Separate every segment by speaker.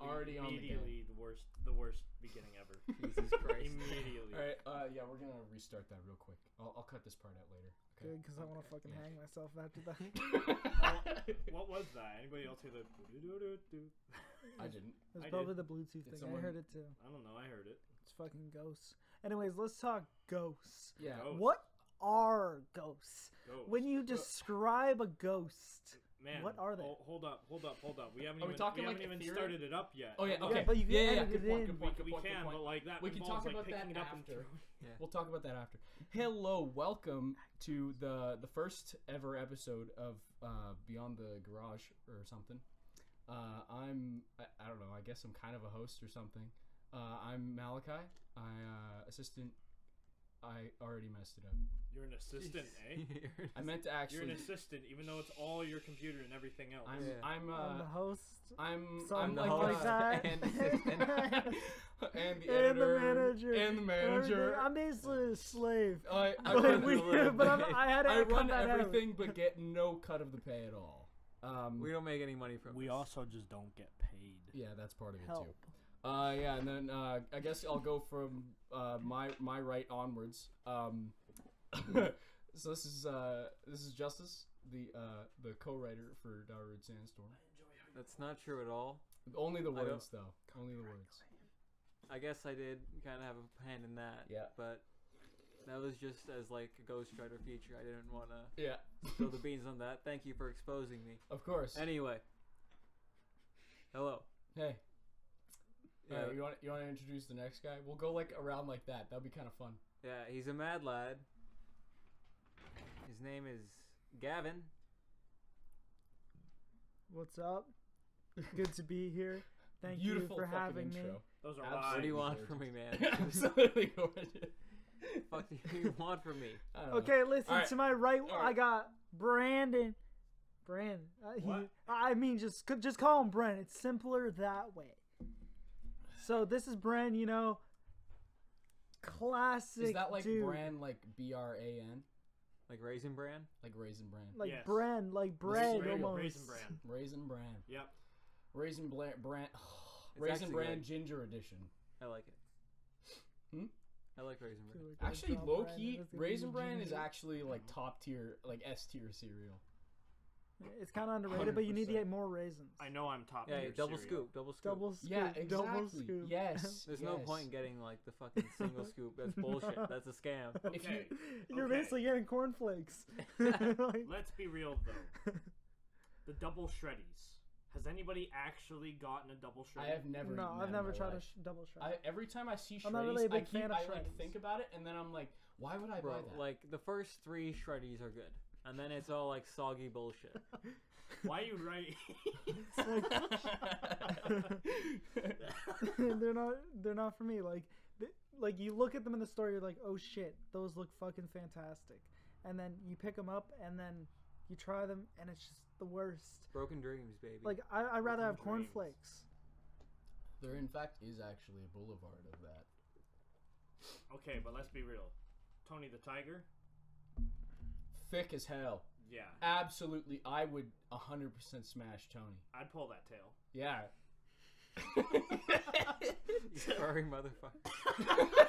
Speaker 1: already on the game.
Speaker 2: immediately the worst, the worst beginning ever.
Speaker 1: Jesus Christ.
Speaker 2: immediately.
Speaker 1: All right, uh, yeah, we're gonna restart that real quick. I'll, I'll cut this part out later.
Speaker 3: Good,
Speaker 1: Okay.
Speaker 3: because I want to fucking hang myself after that.
Speaker 2: What was that? Anybody else hear the? doo-doo-doo-doo?
Speaker 1: I didn't.
Speaker 3: It's
Speaker 2: I
Speaker 3: probably
Speaker 2: did.
Speaker 3: the Bluetooth thing.
Speaker 1: someone-
Speaker 3: I heard it too.
Speaker 2: I don't know. I heard it.
Speaker 3: It's fucking ghosts. Anyways, let's talk ghosts.
Speaker 1: Yeah.
Speaker 2: Ghost.
Speaker 3: What are ghosts?
Speaker 2: Ghost.
Speaker 3: When
Speaker 1: Uh,
Speaker 3: you describe a ghost,
Speaker 2: Man,
Speaker 3: What are they?
Speaker 2: hol- Hold up, hold up, hold up. We haven't
Speaker 1: Are we
Speaker 2: even,
Speaker 1: talking, like,
Speaker 2: haven't even
Speaker 1: ethereal?
Speaker 2: started it up yet.
Speaker 1: Oh yeah. Okay.
Speaker 3: but you can
Speaker 1: yeah, yeah,
Speaker 3: edit
Speaker 1: good
Speaker 3: it
Speaker 1: point,
Speaker 3: in.
Speaker 1: Good point.
Speaker 2: We-
Speaker 1: Good
Speaker 2: we
Speaker 1: point. good
Speaker 2: can,
Speaker 1: point.
Speaker 2: but, like, that
Speaker 1: we can
Speaker 2: involves,
Speaker 1: talk
Speaker 2: like,
Speaker 1: about that
Speaker 2: picking it up and
Speaker 1: after.
Speaker 2: throwing
Speaker 4: Yeah.
Speaker 1: We'll talk about that after. Hello, welcome to the the first ever episode of uh, Beyond the Garage or something. Uh, I'm I, I don't know. I guess I'm kind of a host or something. Uh, I'm Malachi. I uh, assistant. I already messed it up.
Speaker 2: You're an assistant, eh?
Speaker 1: I meant to actually.
Speaker 2: You're an assistant, even though it's all your computer and everything else.
Speaker 1: I'm
Speaker 4: Yeah.
Speaker 1: I'm
Speaker 3: I'm the
Speaker 1: uh,
Speaker 3: host.
Speaker 1: I'm
Speaker 3: So
Speaker 1: I'm
Speaker 3: I'm the
Speaker 1: like
Speaker 3: host.
Speaker 1: uh,
Speaker 3: that.
Speaker 4: and assistant.
Speaker 1: and the
Speaker 3: and the
Speaker 1: editor
Speaker 3: manager.
Speaker 1: and the
Speaker 3: everything.
Speaker 1: manager.
Speaker 3: I'm basically a slave.
Speaker 1: I, I
Speaker 3: but
Speaker 1: run,
Speaker 4: run
Speaker 3: we,
Speaker 4: the little
Speaker 3: but I'm,
Speaker 4: bit.
Speaker 3: I had to
Speaker 1: I
Speaker 3: cut
Speaker 1: run
Speaker 3: that out.
Speaker 1: everything but get no cut of the pay at all. Um,
Speaker 4: we don't make any money from.
Speaker 2: We
Speaker 4: this.
Speaker 2: also just don't get paid.
Speaker 1: yeah, that's part of it
Speaker 3: Help.
Speaker 1: too. Uh, yeah, and then uh, I guess I'll go from uh, my my right onwards. Um, so this is uh, this is Justice, the uh, the co-writer for Darwood Sandstorm.
Speaker 4: That's not true at all.
Speaker 1: Only the
Speaker 4: don't-
Speaker 1: words though. Only the words.
Speaker 4: I guess I did kind of have a hand in that.
Speaker 1: Yeah.
Speaker 4: But that was just as like a ghostwriter feature. I didn't want to
Speaker 1: Yeah,
Speaker 4: spill the beans on that. Thank you for exposing me.
Speaker 1: of course.
Speaker 4: Anyway. Hello.
Speaker 1: hey,
Speaker 4: Yeah.
Speaker 1: uh, you want you want to introduce the next guy? We'll go like around like that. That'd be kind of fun.
Speaker 4: Yeah, he's a mad lad. His name is Gavin.
Speaker 3: What's up? Good to be here. Thank
Speaker 1: Beautiful
Speaker 3: you for
Speaker 1: fucking
Speaker 3: having
Speaker 1: intro.
Speaker 3: me.
Speaker 2: Those are
Speaker 1: Absolutely.
Speaker 2: lies.
Speaker 4: What do you want
Speaker 1: gorgeous.
Speaker 4: from me, man?
Speaker 1: Absolutely gorgeous.
Speaker 4: What the fuck do you want from me?
Speaker 1: I don't know.
Speaker 3: Okay, listen
Speaker 1: All right.
Speaker 3: to my right.
Speaker 1: right.
Speaker 3: I got Brandon. Brandon. Uh, he-
Speaker 2: What?
Speaker 3: I mean, just c- just call him Brent. It's simpler that way. So this is Brent. You know, classic.
Speaker 1: Is that like
Speaker 3: dude.
Speaker 1: bran like B R A N?
Speaker 4: Like Raisin Bran?
Speaker 1: Like raisin bran.
Speaker 3: Like
Speaker 2: Yes.
Speaker 3: Bren, like bread
Speaker 1: Raisin
Speaker 2: Raisin,
Speaker 1: Bran.
Speaker 3: almost.
Speaker 2: Raisin Bran.
Speaker 1: raisin bran.
Speaker 2: Yep.
Speaker 1: Raisin blan bran Raisin
Speaker 4: actually
Speaker 1: bran
Speaker 4: good.
Speaker 1: ginger edition.
Speaker 4: I like it.
Speaker 1: Hmm?
Speaker 4: I like Raisin Bran.
Speaker 3: Like,
Speaker 1: Actually
Speaker 3: drop
Speaker 1: low
Speaker 3: Bran,
Speaker 1: key
Speaker 3: it's gonna
Speaker 1: raisin
Speaker 3: be
Speaker 1: bran is
Speaker 3: ginger.
Speaker 1: actually like top tier like S tier cereal.
Speaker 3: It's kind of underrated, but you need to
Speaker 1: 100%.
Speaker 3: get more raisins.
Speaker 2: I know I'm top
Speaker 4: Yeah,
Speaker 2: tier
Speaker 4: yeah, double
Speaker 2: cereal.
Speaker 4: scoop, double scoop.
Speaker 3: Double scoop.
Speaker 1: Yeah,
Speaker 3: Double
Speaker 1: exactly.
Speaker 3: scoop.
Speaker 1: Yes.
Speaker 4: There's no
Speaker 1: yes.
Speaker 4: point in getting like the fucking single scoop. That's bullshit. That's a scam.
Speaker 1: If
Speaker 2: Okay.
Speaker 1: you
Speaker 3: You're
Speaker 2: Okay.
Speaker 3: basically getting cornflakes. Like,
Speaker 2: Let's be real though. the double shreddies. Has anybody actually gotten a double
Speaker 1: I
Speaker 2: shreddy?
Speaker 1: have never
Speaker 3: no,
Speaker 1: eaten that
Speaker 3: I've
Speaker 1: in
Speaker 3: never
Speaker 1: my
Speaker 3: tried a
Speaker 1: life.
Speaker 3: sh- double shot.
Speaker 1: I, every time I see Shreddies,
Speaker 3: I'm not really a
Speaker 1: I
Speaker 3: big
Speaker 1: keep
Speaker 3: fan of
Speaker 1: I like
Speaker 3: Shreddies.
Speaker 1: think about it and then I'm like, why would I buy
Speaker 4: Bro,
Speaker 1: that?
Speaker 4: like the first three shreddies are good. And then it's all like soggy bullshit.
Speaker 2: Why are you right?
Speaker 3: they're not. They're not for me. Like, th- like you look at them in the store, you're like, oh shit, those look fucking fantastic. And then you pick them up, and then you try them, and it's just the worst.
Speaker 4: Broken dreams, baby.
Speaker 3: Like, I I rather have
Speaker 2: Broken dreams.
Speaker 3: cornflakes.
Speaker 1: there in fact is actually a boulevard of that.
Speaker 2: okay, but let's be real. Tony the Tiger.
Speaker 1: Thick as hell.
Speaker 2: Yeah,
Speaker 1: Absolutely, I would 100% smash Tony.
Speaker 2: I'd pull that tail.
Speaker 1: Yeah.
Speaker 4: you furry motherfucker.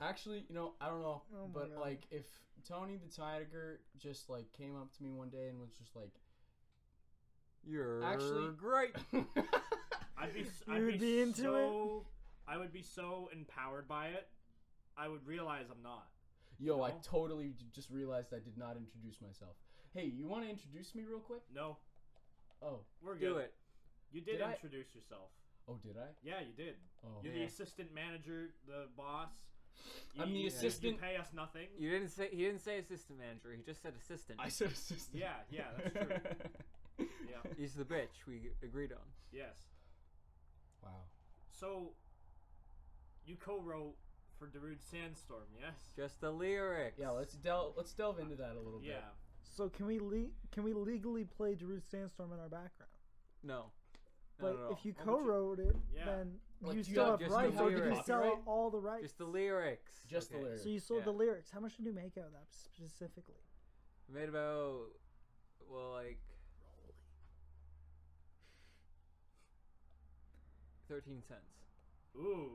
Speaker 1: Actually, you know, I don't know,
Speaker 3: Oh my
Speaker 1: but
Speaker 3: God.
Speaker 1: like if Tony the Tiger just like came up to me one day and was just like,
Speaker 4: You're
Speaker 1: Actually-
Speaker 4: great.
Speaker 2: I'd be. s- I'd
Speaker 3: would
Speaker 2: be,
Speaker 3: be into
Speaker 2: so, I would be so empowered by it. I would realize I'm not.
Speaker 1: "Yo, I totally j- just realized I did not introduce myself. Hey, you want to introduce me real quick?
Speaker 2: No,
Speaker 1: Oh,
Speaker 2: we're good.
Speaker 4: Do it.
Speaker 2: You did,
Speaker 1: Did I-
Speaker 2: introduce yourself.
Speaker 1: oh, did I?
Speaker 2: Yeah, you did.
Speaker 1: Oh,
Speaker 2: You're the assistant manager, the boss. You,
Speaker 1: I'm the
Speaker 2: you- you
Speaker 1: assistant-
Speaker 2: pay us nothing.
Speaker 4: You didn't say he didn't say assistant manager, he just said assistant.
Speaker 1: I said assistant.
Speaker 2: Yeah, yeah, that's true. yeah.
Speaker 4: He's the bitch we agreed on.
Speaker 2: Yes.
Speaker 1: Wow.
Speaker 2: So, you co-wrote for Darude Sandstorm, yes?
Speaker 4: Just the lyrics.
Speaker 1: Yeah, let's delve let's delve into that a little bit.
Speaker 2: Yeah.
Speaker 3: So can we le- can we legally play Darude Sandstorm in our background?
Speaker 4: No. Not
Speaker 3: Like,
Speaker 4: at all.
Speaker 3: if you co-wrote it,
Speaker 2: Yeah.
Speaker 3: then
Speaker 1: Like,
Speaker 3: you
Speaker 1: you
Speaker 3: still
Speaker 1: have
Speaker 3: have
Speaker 4: just the
Speaker 3: rights. You
Speaker 4: lyrics.
Speaker 3: sell
Speaker 1: Copyright?
Speaker 3: all the rights.
Speaker 4: just the lyrics.
Speaker 1: Just the
Speaker 4: Okay.
Speaker 1: lyrics.
Speaker 3: So you sold
Speaker 4: Yeah.
Speaker 3: the lyrics. How much did you make out of that specifically?
Speaker 4: I made about well like thirteen cents.
Speaker 2: Ooh.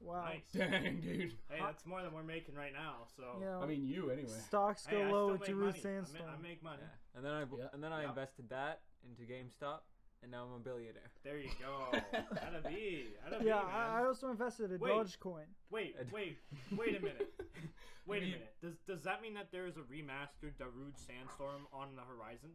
Speaker 3: Wow.
Speaker 2: Nice.
Speaker 1: Dang, dude.
Speaker 2: Hey, that's more than we're making right now. So.
Speaker 3: You know,
Speaker 1: I mean, you anyway.
Speaker 3: stocks go
Speaker 2: Oh. Hey, I
Speaker 3: low
Speaker 2: still
Speaker 3: with
Speaker 2: make
Speaker 3: Drew
Speaker 2: money. I ma-
Speaker 3: Sandstorm.
Speaker 2: I make money.
Speaker 4: Yeah. And then I b-
Speaker 1: Yeah.
Speaker 4: and then I
Speaker 2: Yeah.
Speaker 4: invested that into GameStop, and now I'm a billionaire.
Speaker 2: There you go. Gotta be. Gotta
Speaker 3: yeah,
Speaker 2: be, man.
Speaker 3: I, I also invested in
Speaker 2: Wait.
Speaker 3: Dogecoin.
Speaker 2: Wait,
Speaker 4: Ed-
Speaker 2: wait, wait a minute. Wait a
Speaker 1: mean-
Speaker 2: minute. Does does that mean that there is a remastered Darude Sandstorm on the horizon?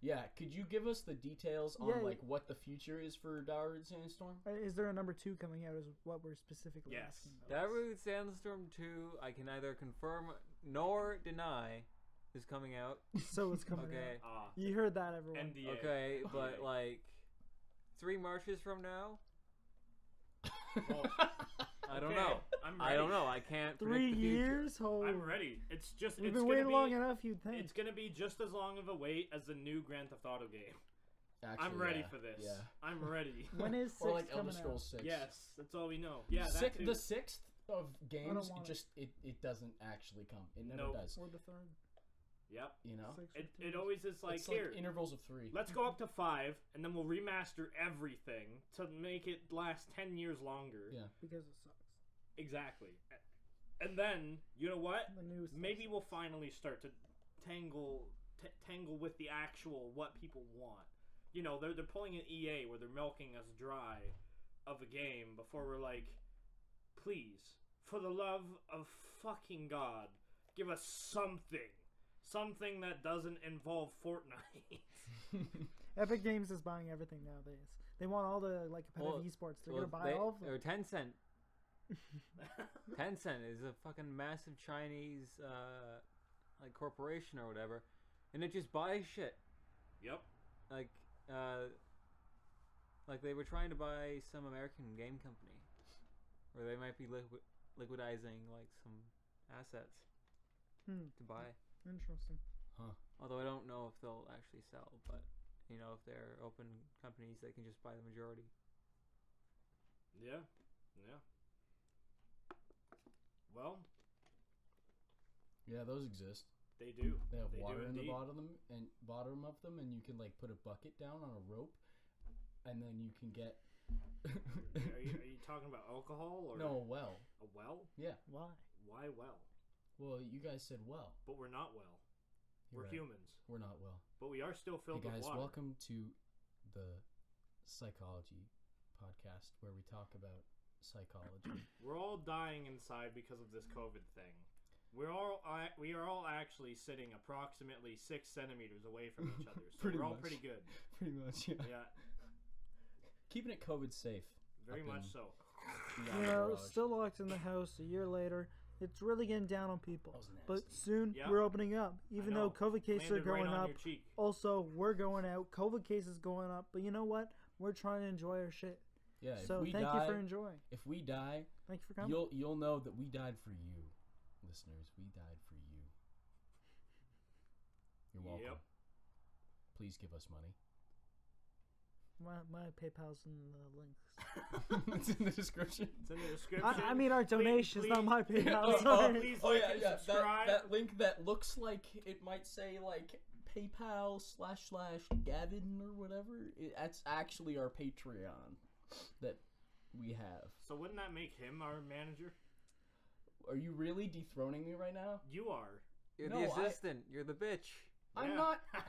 Speaker 1: Yeah, could you give us the details on
Speaker 3: Yeah,
Speaker 1: like what the future is for Darude Sandstorm?
Speaker 3: Uh, Is there a number two coming out? Is what we're specifically
Speaker 2: Yes.
Speaker 3: asking. about.
Speaker 4: Darude Sandstorm 2, I can neither confirm nor deny, is coming out.
Speaker 3: So it's coming
Speaker 4: Okay.
Speaker 3: out.
Speaker 2: Ah,
Speaker 3: You heard that, everyone.
Speaker 2: NDA.
Speaker 4: Okay, but
Speaker 2: Yeah.
Speaker 4: like three marches from now,
Speaker 2: Oh.
Speaker 4: I don't
Speaker 2: Okay,
Speaker 4: know.
Speaker 2: I'm
Speaker 4: I don't
Speaker 2: ready.
Speaker 4: know. I can't.
Speaker 3: Three
Speaker 4: predict the future.
Speaker 3: years? Holy.
Speaker 2: I'm ready. It's just
Speaker 3: Oh. We've
Speaker 2: it's
Speaker 3: been
Speaker 2: gonna
Speaker 3: waiting
Speaker 2: be,
Speaker 3: long enough, you'd think.
Speaker 2: It's gonna be just as long of a wait as the new Grand Theft Auto game.
Speaker 1: Actually,
Speaker 2: I'm ready
Speaker 1: yeah,
Speaker 2: for this.
Speaker 1: Yeah.
Speaker 2: I'm ready.
Speaker 3: when is six
Speaker 1: Or like Elder
Speaker 3: coming out?
Speaker 1: Scrolls Six.
Speaker 2: yes, that's all we know. Yeah, that
Speaker 1: Six,
Speaker 2: too.
Speaker 1: the sixth of games,
Speaker 3: want
Speaker 1: it
Speaker 3: it.
Speaker 1: just it, it doesn't actually come. It never
Speaker 2: Nope.
Speaker 1: does.
Speaker 3: Or the third?
Speaker 2: Yep.
Speaker 1: You know,
Speaker 3: Six or
Speaker 2: It,
Speaker 3: three?
Speaker 2: it always is like
Speaker 1: it's
Speaker 2: here.
Speaker 1: like intervals of three.
Speaker 2: Let's go up to five, and then we'll remaster everything to make it last ten years longer.
Speaker 1: Yeah.
Speaker 3: because it sucks.
Speaker 2: Exactly. And then you know what?
Speaker 3: The news.
Speaker 2: Maybe we'll finally start to tangle t- tangle with the actual what people want. You know, they're they're pulling an EA where they're milking us dry of a game before we're like, please, for the love of fucking God, give us something, something that doesn't involve Fortnite.
Speaker 3: Epic Games is buying everything nowadays. They want all the like competitive
Speaker 4: Well,
Speaker 3: esports. They're
Speaker 4: Well,
Speaker 3: gonna buy
Speaker 4: they-
Speaker 3: all of them.
Speaker 4: Or Tencent. Tencent is a fucking massive Chinese uh, like corporation or whatever, and it just buys shit.
Speaker 2: yep.
Speaker 4: Like, uh, like they were trying to buy some American game company, or they might be liqui- liquidizing like some assets
Speaker 3: Hmm.
Speaker 4: to buy.
Speaker 3: Interesting.
Speaker 4: Although I don't know if they'll actually sell, but you know, if they're open companies, they can just buy the majority.
Speaker 2: Yeah. Yeah. Well,
Speaker 1: Yeah, those exist.
Speaker 2: they do.
Speaker 1: They have
Speaker 2: They do
Speaker 1: water in the
Speaker 2: indeed.
Speaker 1: bottom of them and bottom of them, and you can like put a bucket down on a rope, and then you can get.
Speaker 2: Are you, are you talking about alcohol or
Speaker 1: no, well,
Speaker 2: a well?
Speaker 1: yeah.
Speaker 3: Why?
Speaker 2: Why well?
Speaker 1: Well, you guys said well.
Speaker 2: But we're not well.
Speaker 1: You're
Speaker 2: we're
Speaker 1: right.
Speaker 2: humans,
Speaker 1: We're not well.
Speaker 2: but we are still
Speaker 1: Hey
Speaker 2: filled
Speaker 1: guys,
Speaker 2: with water.
Speaker 1: welcome to the psychology podcast where we talk about psychology.
Speaker 2: We're all dying inside because of this COVID thing. We're all I, we are all actually sitting approximately six centimeters away from each other, so
Speaker 1: Pretty
Speaker 2: we're all
Speaker 1: much.
Speaker 2: pretty good.
Speaker 1: Pretty much, yeah.
Speaker 2: Yeah,
Speaker 1: Keeping it COVID safe.
Speaker 2: very
Speaker 1: Up
Speaker 2: much
Speaker 1: in-
Speaker 2: so.
Speaker 1: beyond
Speaker 3: You
Speaker 1: the
Speaker 3: know,
Speaker 1: garage.
Speaker 3: still locked in the house a year later. It's really getting down on people.
Speaker 1: That was
Speaker 3: But
Speaker 1: nasty.
Speaker 3: soon
Speaker 2: Yeah.
Speaker 3: we're opening up,
Speaker 2: I
Speaker 3: even
Speaker 2: know.
Speaker 3: though COVID cases
Speaker 2: Landed
Speaker 3: are going
Speaker 2: right on
Speaker 3: up.
Speaker 2: Your cheek.
Speaker 3: Also, we're going out. COVID cases going up. But you know what? We're trying to enjoy our shit.
Speaker 1: yeah. If
Speaker 3: so
Speaker 1: we
Speaker 3: thank
Speaker 1: die,
Speaker 3: you for enjoying.
Speaker 1: if we die,
Speaker 3: Thank you for coming.
Speaker 1: you'll you'll know that we died for you, listeners. We died for you. You're welcome.
Speaker 2: Yep.
Speaker 1: Please give us money.
Speaker 3: My, my PayPal's in the links.
Speaker 1: it's in the description.
Speaker 2: It's in the description.
Speaker 3: I, I mean, our donations, not
Speaker 2: please-
Speaker 3: my
Speaker 1: oh,
Speaker 3: PayPal.
Speaker 1: oh,
Speaker 3: Sorry. Uh,
Speaker 2: please
Speaker 1: oh,
Speaker 2: like
Speaker 1: yeah,
Speaker 2: and
Speaker 1: yeah, that-
Speaker 2: subscribe.
Speaker 1: That, link that looks like it might say like PayPal slash slash Gavin or whatever. It, that's actually our Patreon that we have.
Speaker 2: So wouldn't that make him our manager?
Speaker 1: Are you really dethroning me right now?
Speaker 2: You are.
Speaker 4: You're
Speaker 1: No,
Speaker 4: the
Speaker 1: I-
Speaker 4: assistant. You're the bitch.
Speaker 1: I'm
Speaker 2: Yeah.
Speaker 1: not.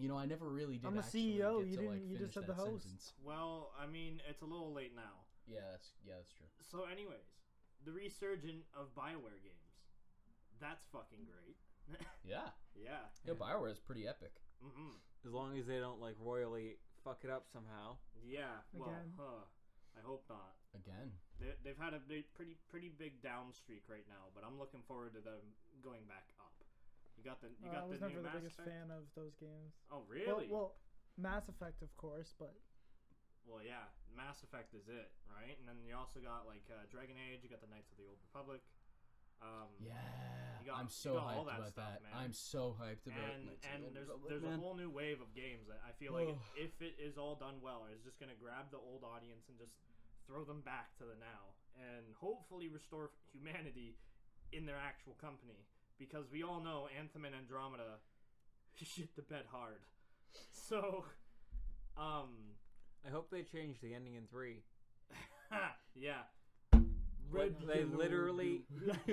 Speaker 1: You know, I never really did.
Speaker 3: I'm a
Speaker 1: actually
Speaker 2: E
Speaker 3: CEO,
Speaker 1: Get to,
Speaker 3: you didn't-
Speaker 1: Like,
Speaker 3: you
Speaker 1: finish
Speaker 3: just said
Speaker 1: that
Speaker 3: the host.
Speaker 1: Sentence.
Speaker 2: Well, I mean, it's a little late now.
Speaker 1: Yeah, that's yeah, that's true.
Speaker 2: So, anyways, the resurgence of Bioware games. That's fucking great.
Speaker 1: Yeah,
Speaker 2: yeah.
Speaker 1: yeah. Bioware is pretty epic.
Speaker 2: Mm-hmm.
Speaker 4: As long as they don't like royally fuck it up somehow.
Speaker 2: Yeah. Well,
Speaker 3: Again.
Speaker 2: huh. I hope not.
Speaker 1: Again,
Speaker 2: They, they've had a big, pretty, pretty big down streak right now, but I'm looking forward to them going back up. You got the, you
Speaker 3: Uh,
Speaker 2: got
Speaker 3: I was
Speaker 2: the new
Speaker 3: never the
Speaker 2: Mass
Speaker 3: biggest
Speaker 2: Effect?
Speaker 3: fan of those games.
Speaker 2: Oh, really?
Speaker 3: Well, well, Mass Effect, of course, but
Speaker 2: Well, yeah. Mass Effect is it, right? And then you also got like uh, Dragon Age. You got the Knights of the Old Republic. Um,
Speaker 1: yeah.
Speaker 2: You got-
Speaker 1: I'm
Speaker 2: you
Speaker 1: so
Speaker 2: got all
Speaker 1: hyped
Speaker 2: that
Speaker 1: about
Speaker 2: stuff,
Speaker 1: that.
Speaker 2: man.
Speaker 1: I'm so hyped about.
Speaker 2: and
Speaker 1: Knights of the
Speaker 2: and
Speaker 1: Old
Speaker 2: there's
Speaker 1: Republic,
Speaker 2: there's
Speaker 1: man.
Speaker 2: a whole new wave of games that I feel like
Speaker 1: Ugh.
Speaker 2: if it is all done well, it's just gonna grab the old audience and just throw them back to the now, and hopefully restore humanity in their actual company because we all know Anthem and Andromeda shit the bed hard. So, um,
Speaker 4: I hope they change the ending in three.
Speaker 2: yeah.
Speaker 4: Like,
Speaker 2: Red
Speaker 4: they literally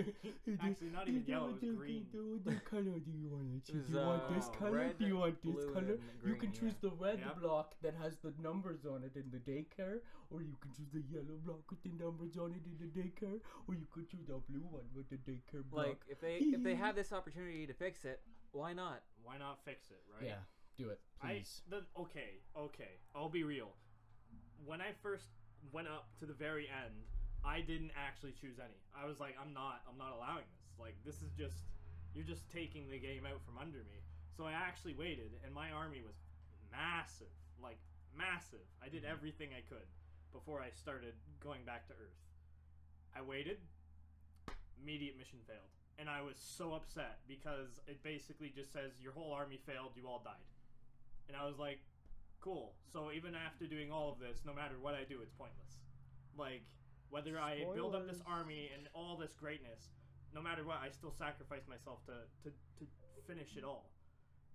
Speaker 2: Actually, not even yellow. It was uh, green.
Speaker 1: What color do you want
Speaker 4: It was, uh, red, blue, and
Speaker 1: You
Speaker 4: green,
Speaker 1: can
Speaker 4: yeah.
Speaker 1: choose the red
Speaker 2: Yep.
Speaker 1: block that has the numbers on it in the daycare, or you can choose the yellow block with the numbers on it in the daycare, or you could choose the blue one with the daycare block.
Speaker 4: Like if they if they have this opportunity to fix it, why not?
Speaker 2: Why not fix it, right?
Speaker 1: yeah, do it, please.
Speaker 2: I, the, okay, okay. I'll be real. When I first went up to the very end, I didn't actually choose any. I was like, I'm not, I'm not allowing this. Like, this is just, you're just taking the game out from under me. So I actually waited, and my army was massive, like massive. I did everything I could before I started going back to Earth. I waited. Immediate mission failed, and I was so upset because it basically just says your whole army failed, you all died. And I was like, cool. So even after doing all of this, no matter what I do, it's pointless. Like, whether I build up this
Speaker 3: Spoilers.
Speaker 2: army and all this greatness, no matter what, I still sacrifice myself to, to, to finish it all.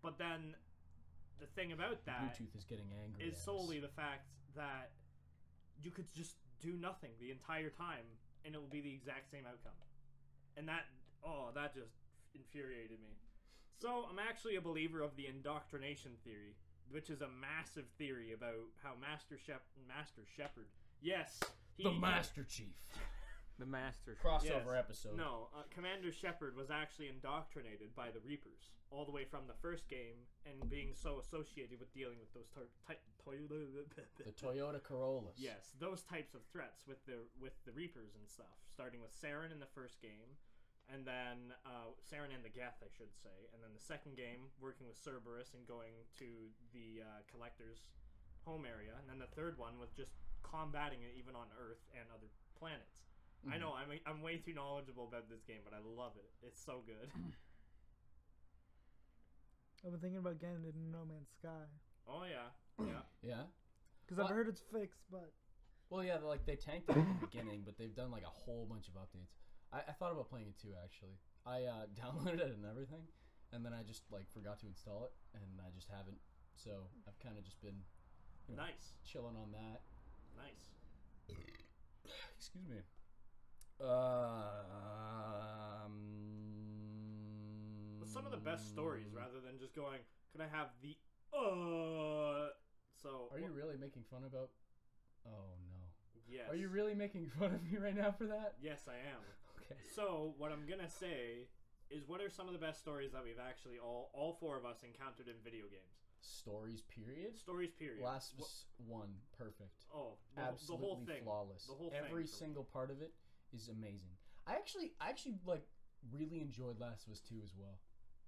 Speaker 2: But then the thing about that
Speaker 1: Bluetooth is getting angry.
Speaker 2: is
Speaker 1: at us.
Speaker 2: solely the fact that you could just do nothing the entire time and it will be the exact same outcome. And that, oh, that just infuriated me. So I'm actually a believer of the indoctrination theory, which is a massive theory about how Master Shep- Master Shepherd, yes, he,
Speaker 1: the Master Chief
Speaker 4: The master.
Speaker 1: crossover
Speaker 2: Yes.
Speaker 1: episode.
Speaker 2: No, uh, Commander Shepard was actually indoctrinated by the Reapers all the way from the first game and being so associated with dealing with those tar- ty- toy-
Speaker 1: the Toyota Corollas.
Speaker 2: Yes, those types of threats with the with the Reapers and stuff, starting with Saren in the first game, and then uh, Saren and the Geth, I should say, and then the second game working with Cerberus and going to the uh, Collector's home area, and then the third one was just combating it even on Earth and other planets. I
Speaker 1: Mhm.
Speaker 2: know I'm I'm way too knowledgeable about this game, but I love it. It's so good.
Speaker 3: I've been thinking about getting it in No Man's Sky
Speaker 2: oh yeah, yeah.
Speaker 1: Yeah.
Speaker 3: because
Speaker 1: What?
Speaker 3: I've heard it's fixed, but
Speaker 1: Well, yeah, like they tanked it in the beginning, but they've done like a whole bunch of updates. I, I thought about playing it too, actually. I uh, downloaded it and everything, and then I just like forgot to install it, and I just haven't. So I've kind of just been
Speaker 2: Nice,
Speaker 1: chilling on that.
Speaker 2: nice.
Speaker 1: Excuse me. Um,
Speaker 2: But some of the best stories, rather than just going, "Could I have the uh?" So
Speaker 1: Are you really making fun about? Oh no.
Speaker 2: Yes.
Speaker 1: Are you really making fun of me right now for that?
Speaker 2: Yes, I am.
Speaker 1: Okay.
Speaker 2: So what I'm gonna say is, what are some of the best stories that we've actually all all four of us encountered in video games?
Speaker 1: Stories. Period.
Speaker 2: Stories, period.
Speaker 1: Last
Speaker 2: Wha-
Speaker 1: s- one. Perfect.
Speaker 2: oh, the, the
Speaker 1: absolutely
Speaker 2: whole thing.
Speaker 1: flawless.
Speaker 2: The whole thing
Speaker 1: Every
Speaker 2: for me.
Speaker 1: single part of it is amazing. I actually, I actually like really enjoyed Last of Us Two as well.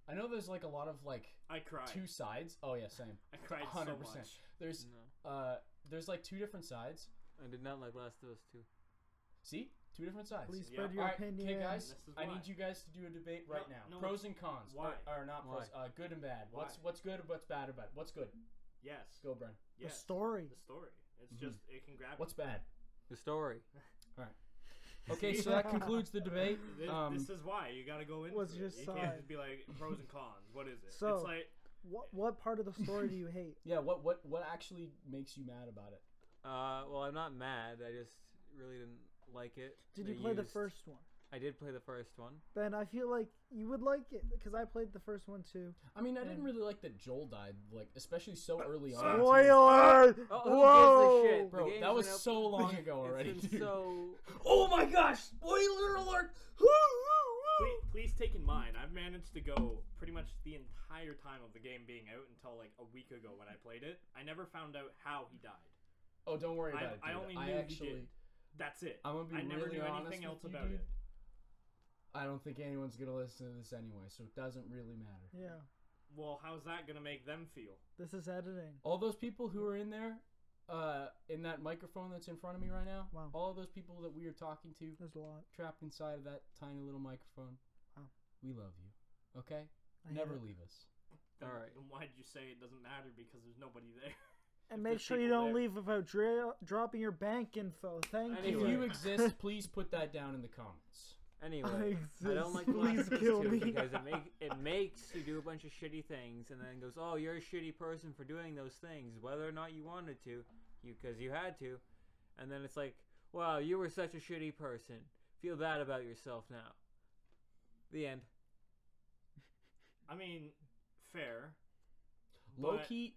Speaker 1: I know there's like a lot of like
Speaker 2: I cried.
Speaker 1: two sides. Oh yeah, same.
Speaker 2: I cried so
Speaker 1: 100%.
Speaker 2: much.
Speaker 1: There's
Speaker 4: No,
Speaker 1: uh, there's like two different sides.
Speaker 4: I did not like Last of Us two.
Speaker 1: See, two different sides.
Speaker 3: please
Speaker 2: Yeah.
Speaker 3: spread your
Speaker 1: All right,
Speaker 3: opinion.
Speaker 1: okay, guys.
Speaker 2: This is
Speaker 1: I
Speaker 2: why.
Speaker 1: need you guys to do a debate right
Speaker 2: No,
Speaker 1: now.
Speaker 2: no,
Speaker 1: pros and cons.
Speaker 2: why?
Speaker 1: Or, or not pros? Uh, good and bad.
Speaker 2: Why?
Speaker 1: What's what's good? What's bad about? it? What's good?
Speaker 2: Yes.
Speaker 1: Go, Bren.
Speaker 3: The
Speaker 2: yes.
Speaker 3: story.
Speaker 2: The story. It's
Speaker 1: Mhm.
Speaker 2: just it can grab.
Speaker 1: What's bad?
Speaker 4: The story.
Speaker 1: Okay, so that concludes the debate.
Speaker 2: you. This,
Speaker 1: Um,
Speaker 2: this is why you gotta go into
Speaker 3: What's
Speaker 2: it.
Speaker 3: your
Speaker 2: you
Speaker 3: side?
Speaker 2: can't just be like pros and cons. What is it?
Speaker 3: So-
Speaker 2: it's like
Speaker 3: What what part of the story do you hate?
Speaker 1: yeah. What what what actually makes you mad about it?
Speaker 4: Uh, well, I'm not mad. I just really didn't like it.
Speaker 3: Did
Speaker 4: They
Speaker 3: you play the
Speaker 4: used-
Speaker 3: first one?
Speaker 4: I did play the first one.
Speaker 3: Then I feel like you would like it because I played the first one too.
Speaker 1: I mean, I didn't
Speaker 3: And-
Speaker 1: really like that Joel died, like especially so early on.
Speaker 3: Spoiler!
Speaker 4: Oh, who
Speaker 3: Whoa!
Speaker 4: gives a shit? The
Speaker 1: Bro,
Speaker 4: game's
Speaker 1: that was
Speaker 4: been out-
Speaker 1: so long ago
Speaker 4: It's
Speaker 1: already.
Speaker 4: been
Speaker 1: dude.
Speaker 4: so
Speaker 1: Oh my gosh! Spoiler alert! Woo, woo,
Speaker 2: Please, please take in mind, I've managed to go pretty much the entire time of the game being out until like a week ago when I played it. I never found out how he died.
Speaker 1: Oh, don't worry
Speaker 2: I-
Speaker 1: about it.
Speaker 2: I
Speaker 1: dude.
Speaker 2: only
Speaker 1: I
Speaker 2: knew he
Speaker 1: actually,
Speaker 2: did. That's it.
Speaker 1: I'm gonna be
Speaker 2: I never
Speaker 1: really
Speaker 2: knew
Speaker 1: honest
Speaker 2: anything
Speaker 1: with
Speaker 2: else
Speaker 1: you,
Speaker 2: about
Speaker 1: dude.
Speaker 2: it.
Speaker 1: I don't think anyone's gonna listen to this anyway, so it doesn't really matter.
Speaker 3: Yeah,
Speaker 2: Well, how's that gonna make them feel?
Speaker 3: this is editing.
Speaker 1: All those people who are in there, uh, in that microphone that's in front of me right now,
Speaker 3: Wow.
Speaker 1: all of those people that we are talking to,
Speaker 3: There's a lot.
Speaker 1: trapped inside of that tiny little microphone,
Speaker 3: Wow.
Speaker 1: we love you. Okay,
Speaker 3: I hate
Speaker 1: never
Speaker 3: it.
Speaker 1: leave us.
Speaker 2: Then-
Speaker 4: All right.
Speaker 2: Then why did you say it doesn't matter because there's nobody there?
Speaker 3: And
Speaker 2: if
Speaker 3: make
Speaker 2: there's
Speaker 3: sure you
Speaker 2: people
Speaker 3: don't
Speaker 2: there.
Speaker 3: leave without dra- dropping your bank info. Thank
Speaker 4: And
Speaker 1: If
Speaker 4: Anyway.
Speaker 1: you exist, please put that down in the comments.
Speaker 4: Anyway,
Speaker 3: exist.
Speaker 4: I don't like the
Speaker 3: Please
Speaker 4: Last of Us
Speaker 3: kill
Speaker 4: 2
Speaker 3: me.
Speaker 4: because it make it makes you do a bunch of shitty things and then goes, "Oh, you're a shitty person for doing those things, whether or not you wanted to. you because you had to, and then it's like, wow, you were such a shitty person. Feel bad about yourself now. The end.
Speaker 2: I mean, fair.
Speaker 1: Low
Speaker 2: But-
Speaker 1: key,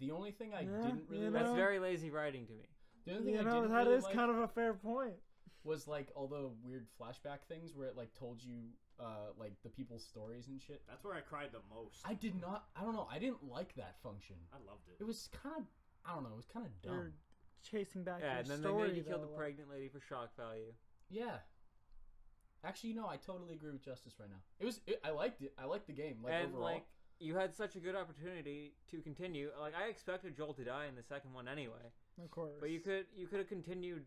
Speaker 1: the only thing I
Speaker 3: Yeah,
Speaker 1: didn't really
Speaker 3: you
Speaker 1: like,
Speaker 4: That's
Speaker 3: know?
Speaker 4: very lazy writing to me.
Speaker 1: the only thing
Speaker 3: You
Speaker 1: I
Speaker 3: know
Speaker 1: didn't
Speaker 3: that
Speaker 1: really
Speaker 3: is
Speaker 1: like
Speaker 3: kind of a fair point.
Speaker 1: was like all the weird flashback things where it like told you uh like the people's stories and shit.
Speaker 2: That's where I cried the most.
Speaker 1: I did not. I don't know. I didn't like that function.
Speaker 2: I loved it.
Speaker 1: It was kind of. I don't know. It was kind of dumb.
Speaker 3: You're chasing back
Speaker 4: yeah,
Speaker 3: your
Speaker 4: and then
Speaker 3: story.
Speaker 4: they made you kill the
Speaker 3: though,
Speaker 4: pregnant lady for shock value.
Speaker 1: Yeah. Actually, no. I totally agree with Justice right now. It was. It, I liked it. I liked the game. Like
Speaker 4: and
Speaker 1: overall.
Speaker 4: like you had such a good opportunity to continue. Like I expected Joel to die in the second one anyway,
Speaker 3: like, of course.
Speaker 4: but you could you could have continued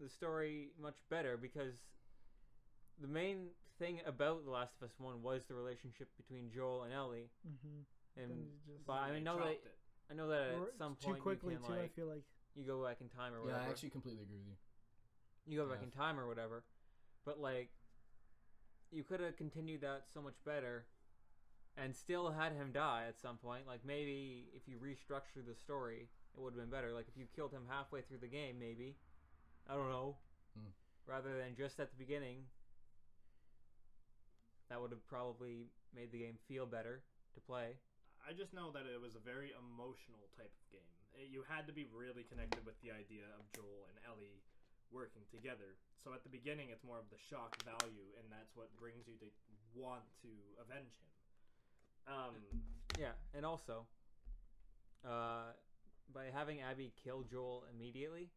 Speaker 4: the story much better because the main thing about The Last of Us One was the relationship between Joel and Ellie.
Speaker 3: hmm
Speaker 4: And
Speaker 3: you just-
Speaker 4: but I
Speaker 2: They
Speaker 4: know that
Speaker 2: chopped it.
Speaker 4: I know that
Speaker 3: Or
Speaker 4: at some
Speaker 3: too
Speaker 4: point
Speaker 3: quickly
Speaker 4: you can
Speaker 3: too. I
Speaker 4: like
Speaker 3: feel like
Speaker 4: you go back in time or
Speaker 1: yeah,
Speaker 4: whatever.
Speaker 1: I actually completely agree with you.
Speaker 4: you go back
Speaker 1: Yeah.
Speaker 4: in time or whatever. But like, you could have continued that so much better, and still had him die at some point. Like maybe if you restructured the story, it would have been better. Like if you killed him halfway through the game, maybe. I don't know.
Speaker 1: Hmm.
Speaker 4: Rather than just at the beginning. That would have probably made the game feel better to play.
Speaker 2: I just know that it was a very emotional type of game. Uh, You had to be really connected with the idea of Joel and Ellie working together. So at the beginning, it's more of the shock value, and that's what brings you to want to avenge him. Um,
Speaker 4: Yeah, and also, uh, by having Abby kill Joel immediately,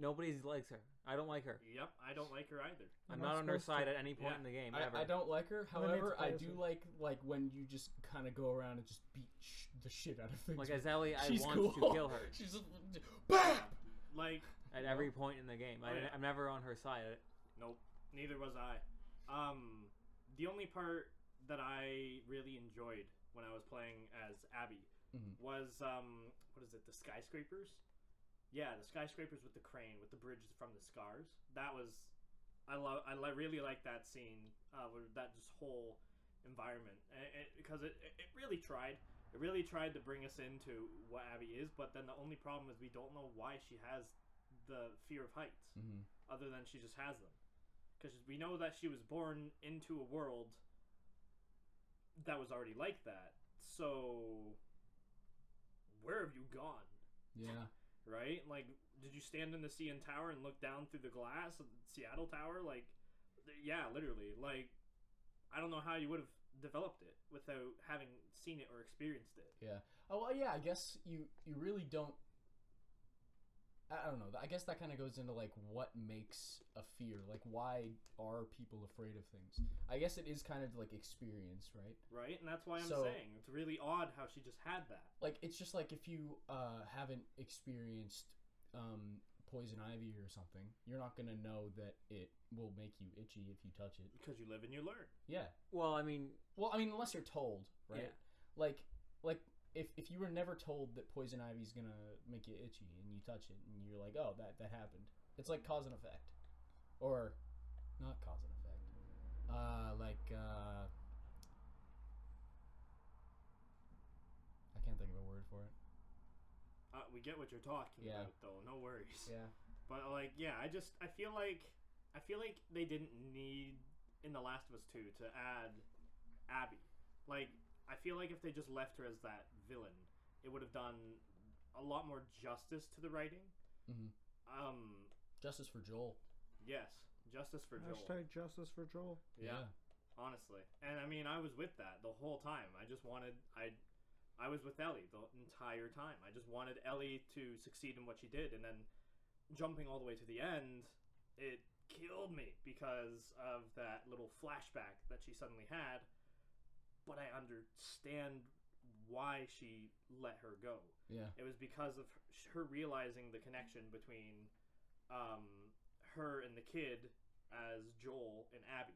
Speaker 4: nobody likes her. I don't like her.
Speaker 2: yep, I don't like her either.
Speaker 4: I'm
Speaker 3: You're not
Speaker 4: not on her
Speaker 3: supposed
Speaker 4: side
Speaker 3: to.
Speaker 4: at any point
Speaker 2: Yeah.
Speaker 4: in the game ever.
Speaker 1: I, I don't like her.
Speaker 3: And then it's
Speaker 1: However, I do
Speaker 3: pleasant.
Speaker 1: like like when you just kind of go around and just beat sh- the shit out of things.
Speaker 4: like as Ellie, I
Speaker 1: She's
Speaker 4: want
Speaker 1: cool.
Speaker 4: to kill her
Speaker 1: She's just, bam.
Speaker 2: Like,
Speaker 4: at every point in the game. I,
Speaker 2: Oh, yeah.
Speaker 4: I'm never on her side.
Speaker 2: Nope, neither was I. Um, the only part that I really enjoyed when I was playing as Abby
Speaker 1: Mhm.
Speaker 2: was um, what is it? The skyscrapers. Yeah, the skyscrapers with the crane, with the bridges from the scars. That was, I love. I li- really like that scene. Uh, where that just whole environment because it, it, it really tried. It really tried to bring us into what Abby is, but then the only problem is we don't know why she has the fear of heights
Speaker 1: hmm
Speaker 2: other than she just has them. Because we know that she was born into a world that was already like that. So, where have you gone?
Speaker 1: Yeah.
Speaker 2: Right? Like, did you stand in the CN Tower and look down through the glass of the Seattle Tower? Like, th- yeah, literally. Like, I don't know how you would have developed it without having seen it or experienced it.
Speaker 1: Oh well, yeah. I guess you you really don't. I I don't know. I guess that kind of goes into like what makes a fear. Like why are people afraid of things? I guess it is kind of like experience, right?
Speaker 2: Right? And that's why I'm
Speaker 1: So-
Speaker 2: saying it's really odd how she just had that.
Speaker 1: Like it's just like if you uh, haven't experienced um, poison ivy or something, you're not gonna know that it will make you itchy if you touch it.
Speaker 2: Because you live and you learn.
Speaker 1: Yeah.
Speaker 4: Well, I mean,
Speaker 1: Well, I mean, unless you're told, right?
Speaker 4: Yeah.
Speaker 1: Like, like if if you were never told that poison ivy's gonna make you itchy and you touch it and you're like, oh, that that happened. It's like cause and effect, or not cause and effect. Uh, like uh, I can't think of a word for it.
Speaker 2: Uh, we get what you're talking
Speaker 1: Yeah.
Speaker 2: about, though. No worries.
Speaker 1: Yeah.
Speaker 2: But like, yeah, I just I feel like I feel like they didn't need in The Last of Us Two to add Abby. Like, I feel like if they just left her as that villain, it would have done a lot more justice to the writing.
Speaker 1: Mhm.
Speaker 2: Um,
Speaker 1: Justice for Joel.
Speaker 2: yes, justice for Joel.
Speaker 3: Hashtag justice for Joel.
Speaker 2: Yeah. honestly. And I mean, I was with that the whole time. I just wanted I I was with Ellie the entire time. I just wanted Ellie to succeed in what she did and then jumping all the way to the end, it killed me because of that little flashback that she suddenly had. But I understand why she let her go.
Speaker 1: Yeah.
Speaker 2: It was because of her realizing the connection between um, her and the kid as Joel and Abby.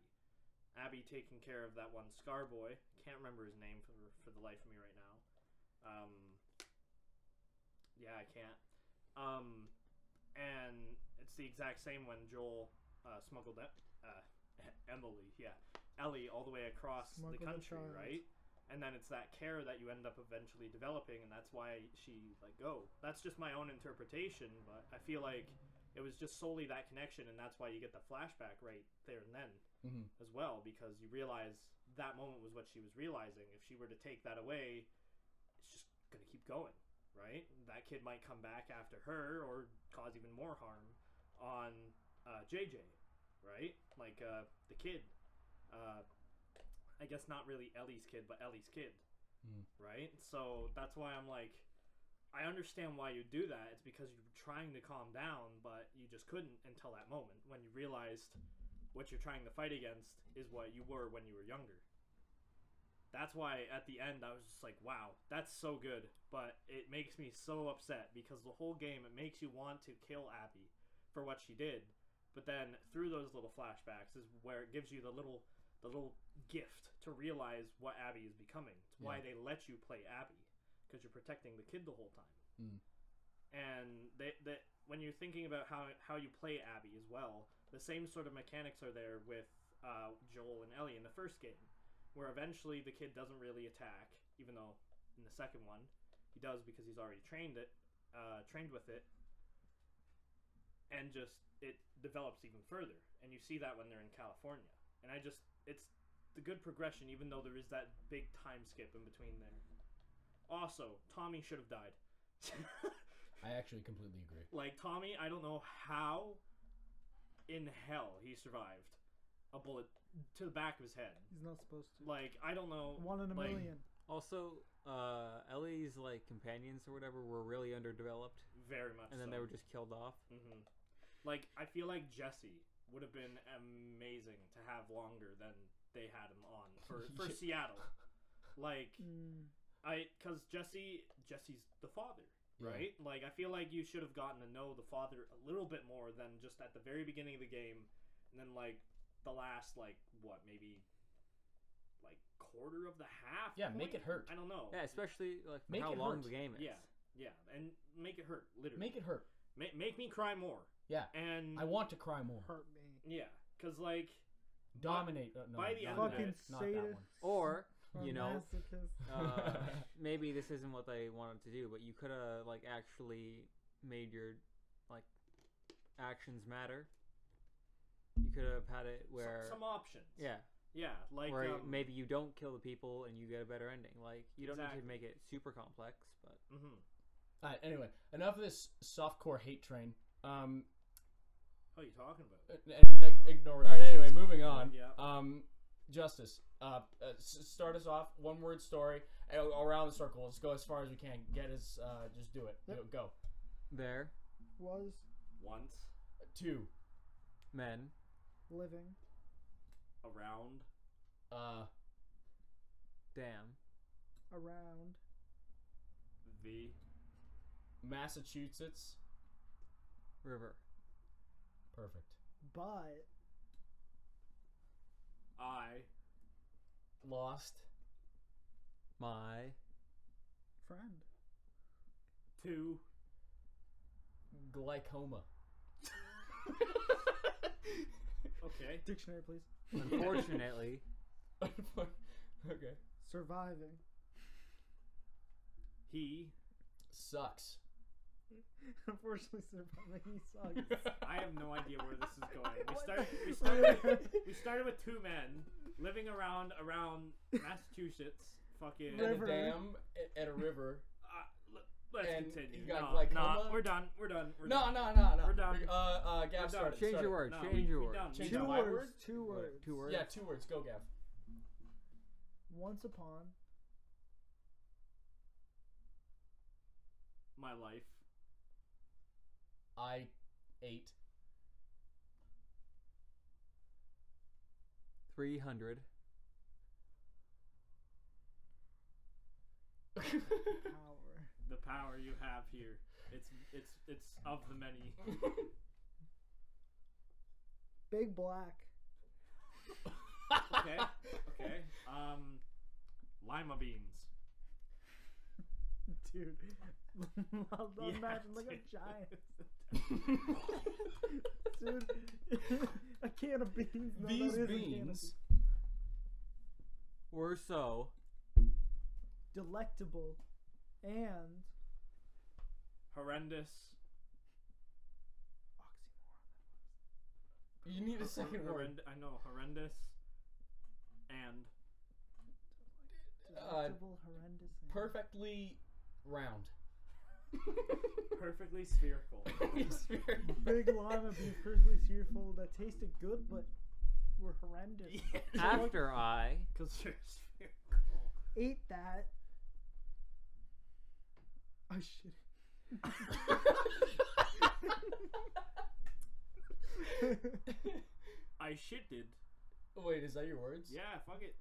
Speaker 2: Abby taking care of that one scar boy. Can't remember his name for, for the life of me right now. Um, yeah, I can't. Um, and it's the exact same when Joel uh, smuggled e- uh, Emily, yeah, Ellie all the way across
Speaker 3: Smuggled
Speaker 2: the
Speaker 3: a
Speaker 2: country,
Speaker 3: child.
Speaker 2: right? and then it's that care that you end up eventually developing and that's why she let go that's just my own interpretation but i feel like it was just solely that connection and that's why you get the flashback right there and then
Speaker 1: Mhm.
Speaker 2: as well because you realize that moment was what she was realizing if she were to take that away it's just gonna keep going right that kid might come back after her or cause even more harm on uh, jj right like uh, the kid uh, I guess not really Ellie's kid, but Ellie's kid,
Speaker 1: Mm.
Speaker 2: right? So that's why I'm like, I understand why you do that. It's because you were trying to calm down, but you just couldn't until that moment when you realized what you're trying to fight against is what you were when you were younger. That's why at the end I was just like, wow, that's so good, but it makes me so upset because the whole game it makes you want to kill Abby for what she did. But then through those little flashbacks is where it gives you the little the little gift to realize what Abby is becoming. It's why they let you play Abby because you're protecting the kid the whole time.
Speaker 1: Mm.
Speaker 2: And they, they, when you're thinking about how how you play Abby as well, the same sort of mechanics are there with uh, Joel and Ellie in the first game, where eventually the kid doesn't really attack, even though in the second one he does because he's already trained it, uh, trained with it, and just it develops even further. And you see that when they're in California. And I just it's the good progression, even though there is that big time skip in between there. Also, Tommy should have died.
Speaker 1: I actually completely agree.
Speaker 2: like Tommy, I don't know how in hell he survived a bullet to the back of his head.
Speaker 3: He's not supposed to.
Speaker 2: Like I don't know.
Speaker 3: One in a
Speaker 2: like,
Speaker 3: million.
Speaker 4: Also, uh, Ellie's like companions or whatever were really underdeveloped,
Speaker 2: Very much.
Speaker 4: and
Speaker 2: so.
Speaker 4: then they were just killed off.
Speaker 2: hmm Like I feel like Jesse would have been amazing to have longer than they had him on for for
Speaker 1: Yeah.
Speaker 2: Seattle. Like
Speaker 3: Mm.
Speaker 2: I because Jesse Jesse's the father,
Speaker 1: Yeah.
Speaker 2: right? Like I feel like you should have gotten to know the father a little bit more than just at the very beginning of the game, and then like the last like what maybe like quarter of the half.
Speaker 1: Yeah, make it
Speaker 2: point?
Speaker 1: hurt.
Speaker 2: I don't know.
Speaker 4: Yeah, especially like for
Speaker 1: Make
Speaker 4: how
Speaker 1: it
Speaker 4: long
Speaker 1: hurt.
Speaker 4: the game is.
Speaker 2: yeah, yeah, and make it hurt literally.
Speaker 1: Make it hurt.
Speaker 2: Ma- make me cry more.
Speaker 1: Yeah.
Speaker 2: And
Speaker 1: I want to cry more.
Speaker 3: Hurt me.
Speaker 2: yeah, because like
Speaker 1: Dominate. Uh, no,
Speaker 2: By the end of
Speaker 1: dominate.
Speaker 3: Fucking
Speaker 2: it.
Speaker 1: not that one.
Speaker 4: Or
Speaker 3: Or
Speaker 4: you know,
Speaker 3: masochist.
Speaker 4: uh, maybe this isn't what they wanted to do, but you could have like actually made your like actions matter. You could have had it
Speaker 2: some-
Speaker 4: where
Speaker 2: some options.
Speaker 4: yeah,
Speaker 2: yeah, like
Speaker 4: where
Speaker 2: um,
Speaker 4: maybe you don't kill the people and you get a better ending. Like you don't need
Speaker 2: Exactly.
Speaker 4: to make it super complex, but
Speaker 2: mhm.
Speaker 1: All right, anyway, enough of this softcore hate train. Um,
Speaker 2: What are you Oh, talking about?
Speaker 1: and- and ig- ignore that. anyway, moving on.
Speaker 2: Yeah.
Speaker 1: Um, Justice, uh, uh, s- start us off. One word story uh, around the circle. Let's go as far as we can. Get us. Uh, just do it. Go-
Speaker 3: Yep.
Speaker 1: Go.
Speaker 4: there
Speaker 3: Was
Speaker 2: Once
Speaker 1: Two.
Speaker 4: men
Speaker 3: living.
Speaker 2: around
Speaker 1: Uh,
Speaker 4: damn
Speaker 3: around
Speaker 2: the
Speaker 1: Massachusetts.
Speaker 4: river
Speaker 1: Perfect.
Speaker 3: but
Speaker 2: I
Speaker 1: Lost.
Speaker 4: my
Speaker 3: friend
Speaker 2: to
Speaker 1: Glycoma.
Speaker 2: okay.
Speaker 3: dictionary please
Speaker 4: unfortunately
Speaker 1: okay.
Speaker 3: surviving
Speaker 2: He
Speaker 1: Sucks.
Speaker 3: unfortunately surviving he sucks
Speaker 2: I have no idea where this is going. We
Speaker 3: What?
Speaker 2: started we started we started with two men living around around Massachusetts. Fucking
Speaker 1: At a
Speaker 3: River.
Speaker 1: dam. At, at a river.
Speaker 2: uh, l- let's
Speaker 1: And
Speaker 2: continue.
Speaker 1: you got
Speaker 2: no,
Speaker 1: glaucoma?
Speaker 2: no, we're done. We're done. We're
Speaker 1: No,
Speaker 2: done.
Speaker 1: no, no, no.
Speaker 2: We're done.
Speaker 1: Uh, uh, Gav,
Speaker 2: done.
Speaker 1: start it,
Speaker 4: change
Speaker 1: start it.
Speaker 4: your word
Speaker 2: No, we-
Speaker 4: change your
Speaker 2: we
Speaker 4: word
Speaker 2: done.
Speaker 1: Change
Speaker 3: two
Speaker 1: the
Speaker 2: Done.
Speaker 1: my
Speaker 3: words
Speaker 1: word?
Speaker 3: two words
Speaker 4: Two words.
Speaker 1: Yeah, two words. Go, Gav.
Speaker 3: once upon
Speaker 2: My life.
Speaker 1: I ate
Speaker 4: 300
Speaker 3: power
Speaker 2: The power you have here. It's it's it's of the many.
Speaker 3: big black
Speaker 2: Okay. Okay. Um, lima beans.
Speaker 3: dude I'll- I'll
Speaker 2: Yeah,
Speaker 3: imagine like
Speaker 2: dude.
Speaker 3: a giant dude a can of beans no,
Speaker 1: These
Speaker 3: that is a can of
Speaker 1: beans
Speaker 4: or so
Speaker 3: delectable, and
Speaker 2: Horrendous.
Speaker 1: You need a second word.
Speaker 2: Horrend- I know horrendous. And
Speaker 1: Uh,
Speaker 3: delectable, horrendous. and-
Speaker 1: perfectly round.
Speaker 2: perfectly spherical.
Speaker 3: Big lima beef, perfectly cheerful. That tasted good, but were horrendous.
Speaker 4: After I
Speaker 2: Because you're spherical.
Speaker 3: Ate that. I shit.
Speaker 2: I shitted.
Speaker 1: Wait, is that your words?
Speaker 2: Yeah, fuck it.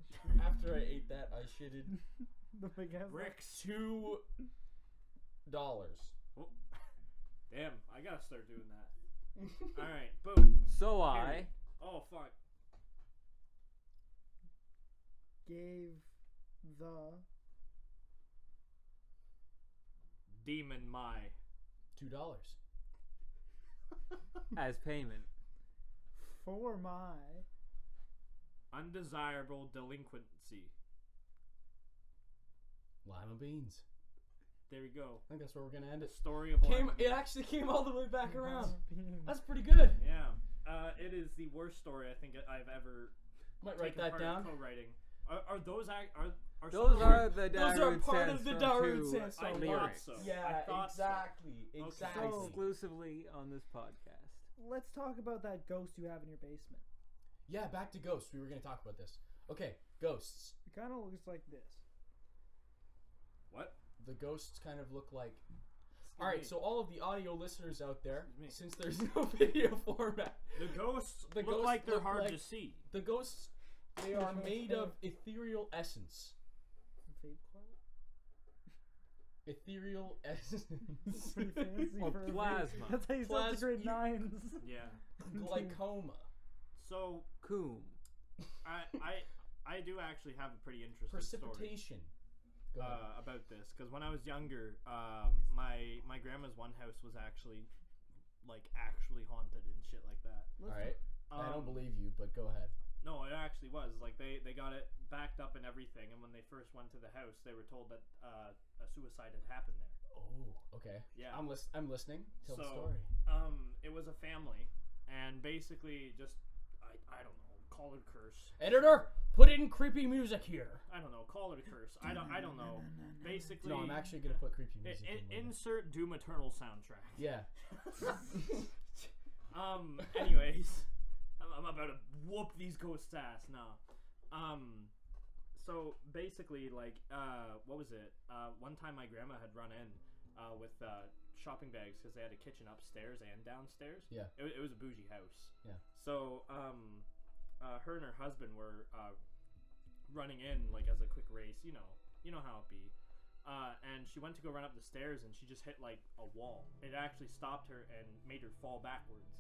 Speaker 1: After I ate that, I shitted
Speaker 3: the big ass.
Speaker 2: Bricks.
Speaker 1: two dollars.
Speaker 2: Oh. Damn, I gotta start doing that. Alright, boom.
Speaker 4: so I
Speaker 2: Period. Oh, fuck.
Speaker 3: gave the
Speaker 2: Demon my.
Speaker 1: Two dollars.
Speaker 4: as payment.
Speaker 3: for my
Speaker 2: Undesirable delinquency.
Speaker 1: Lima beans.
Speaker 2: There we go.
Speaker 1: I think that's where we're gonna end
Speaker 2: The
Speaker 1: it.
Speaker 2: story of
Speaker 1: Came.
Speaker 2: Lima.
Speaker 1: It actually came all the way back around.
Speaker 3: being
Speaker 1: That's pretty good.
Speaker 2: Yeah. Uh, it is the worst story I think I- I've ever
Speaker 1: Might write
Speaker 2: taken
Speaker 1: that
Speaker 2: part
Speaker 1: down.
Speaker 2: in co-writing. Are, are those ac- are are
Speaker 4: Those
Speaker 2: stories-
Speaker 4: are the
Speaker 1: Those are
Speaker 4: Darude
Speaker 1: part of
Speaker 4: Sandstorm
Speaker 1: the Darude
Speaker 4: 2
Speaker 2: I
Speaker 1: Sandstorm
Speaker 2: thought
Speaker 4: lyrics.
Speaker 2: so.
Speaker 1: Yeah,
Speaker 2: I thought so.
Speaker 1: exactly, exactly.
Speaker 3: So-
Speaker 4: exclusively on this podcast.
Speaker 3: Let's talk about that ghost you have in your basement.
Speaker 1: Yeah, back to ghosts. We were gonna talk about this. Okay, ghosts.
Speaker 3: It kind of looks like this.
Speaker 2: What?
Speaker 1: The ghosts kind of look like.
Speaker 2: Excuse
Speaker 1: All right,
Speaker 2: me.
Speaker 1: so all of the audio listeners out there,
Speaker 2: Excuse me.
Speaker 1: since there's no video format,
Speaker 2: the ghosts
Speaker 1: the
Speaker 2: look
Speaker 1: ghosts
Speaker 2: like they're
Speaker 1: look
Speaker 2: hard
Speaker 1: like-
Speaker 2: to see.
Speaker 1: the ghosts they are made of ethereal essence.
Speaker 3: Vape cloud?
Speaker 1: Ethereal essence.
Speaker 3: Pretty fancy
Speaker 4: Or
Speaker 3: for a vape.
Speaker 4: plasma.
Speaker 3: That's how you sell
Speaker 1: Plas-
Speaker 3: to grade
Speaker 1: you-
Speaker 3: nines.
Speaker 2: Yeah.
Speaker 1: Glycoma.
Speaker 2: So
Speaker 4: Coom.
Speaker 2: I I I do actually have a pretty interesting story.
Speaker 1: Precipitation. Go ahead.
Speaker 2: uh, about this because when I was younger, um, my my grandma's one house was actually like actually haunted and shit like that.
Speaker 1: all right. I
Speaker 2: Um,
Speaker 1: don't believe you, but go ahead.
Speaker 2: No, it actually was like they they got it backed up and everything, and when they first went to the house, they were told that uh, a suicide had happened there.
Speaker 1: Oh, okay.
Speaker 2: Yeah.
Speaker 1: I'm lis- I'm listening. Tell the
Speaker 2: So-
Speaker 1: story.
Speaker 2: Um, it was a family, and basically just I I don't know call it a curse.
Speaker 1: Editor, put in creepy music here.
Speaker 2: I don't know call it a curse. I don't I don't know. Basically,
Speaker 1: No, I'm actually gonna put creepy
Speaker 2: i-
Speaker 1: music
Speaker 2: i-
Speaker 1: in. later.
Speaker 2: insert Doom Eternal soundtrack.
Speaker 1: yeah.
Speaker 2: Um. Anyways, I'm, I'm about to whoop these ghosts' ass now. Um. So basically, like, uh, what was it? Uh, one time my grandma had run in, uh, with uh, shopping bags because they had a kitchen upstairs and downstairs.
Speaker 1: Yeah.
Speaker 2: It, wa- it was a bougie house.
Speaker 1: Yeah.
Speaker 2: So um, uh, her and her husband were uh, running in like as a quick race. You know, you know how it be. Uh, and she went to go run up the stairs and she just hit like a wall. It actually stopped her and made her fall backwards.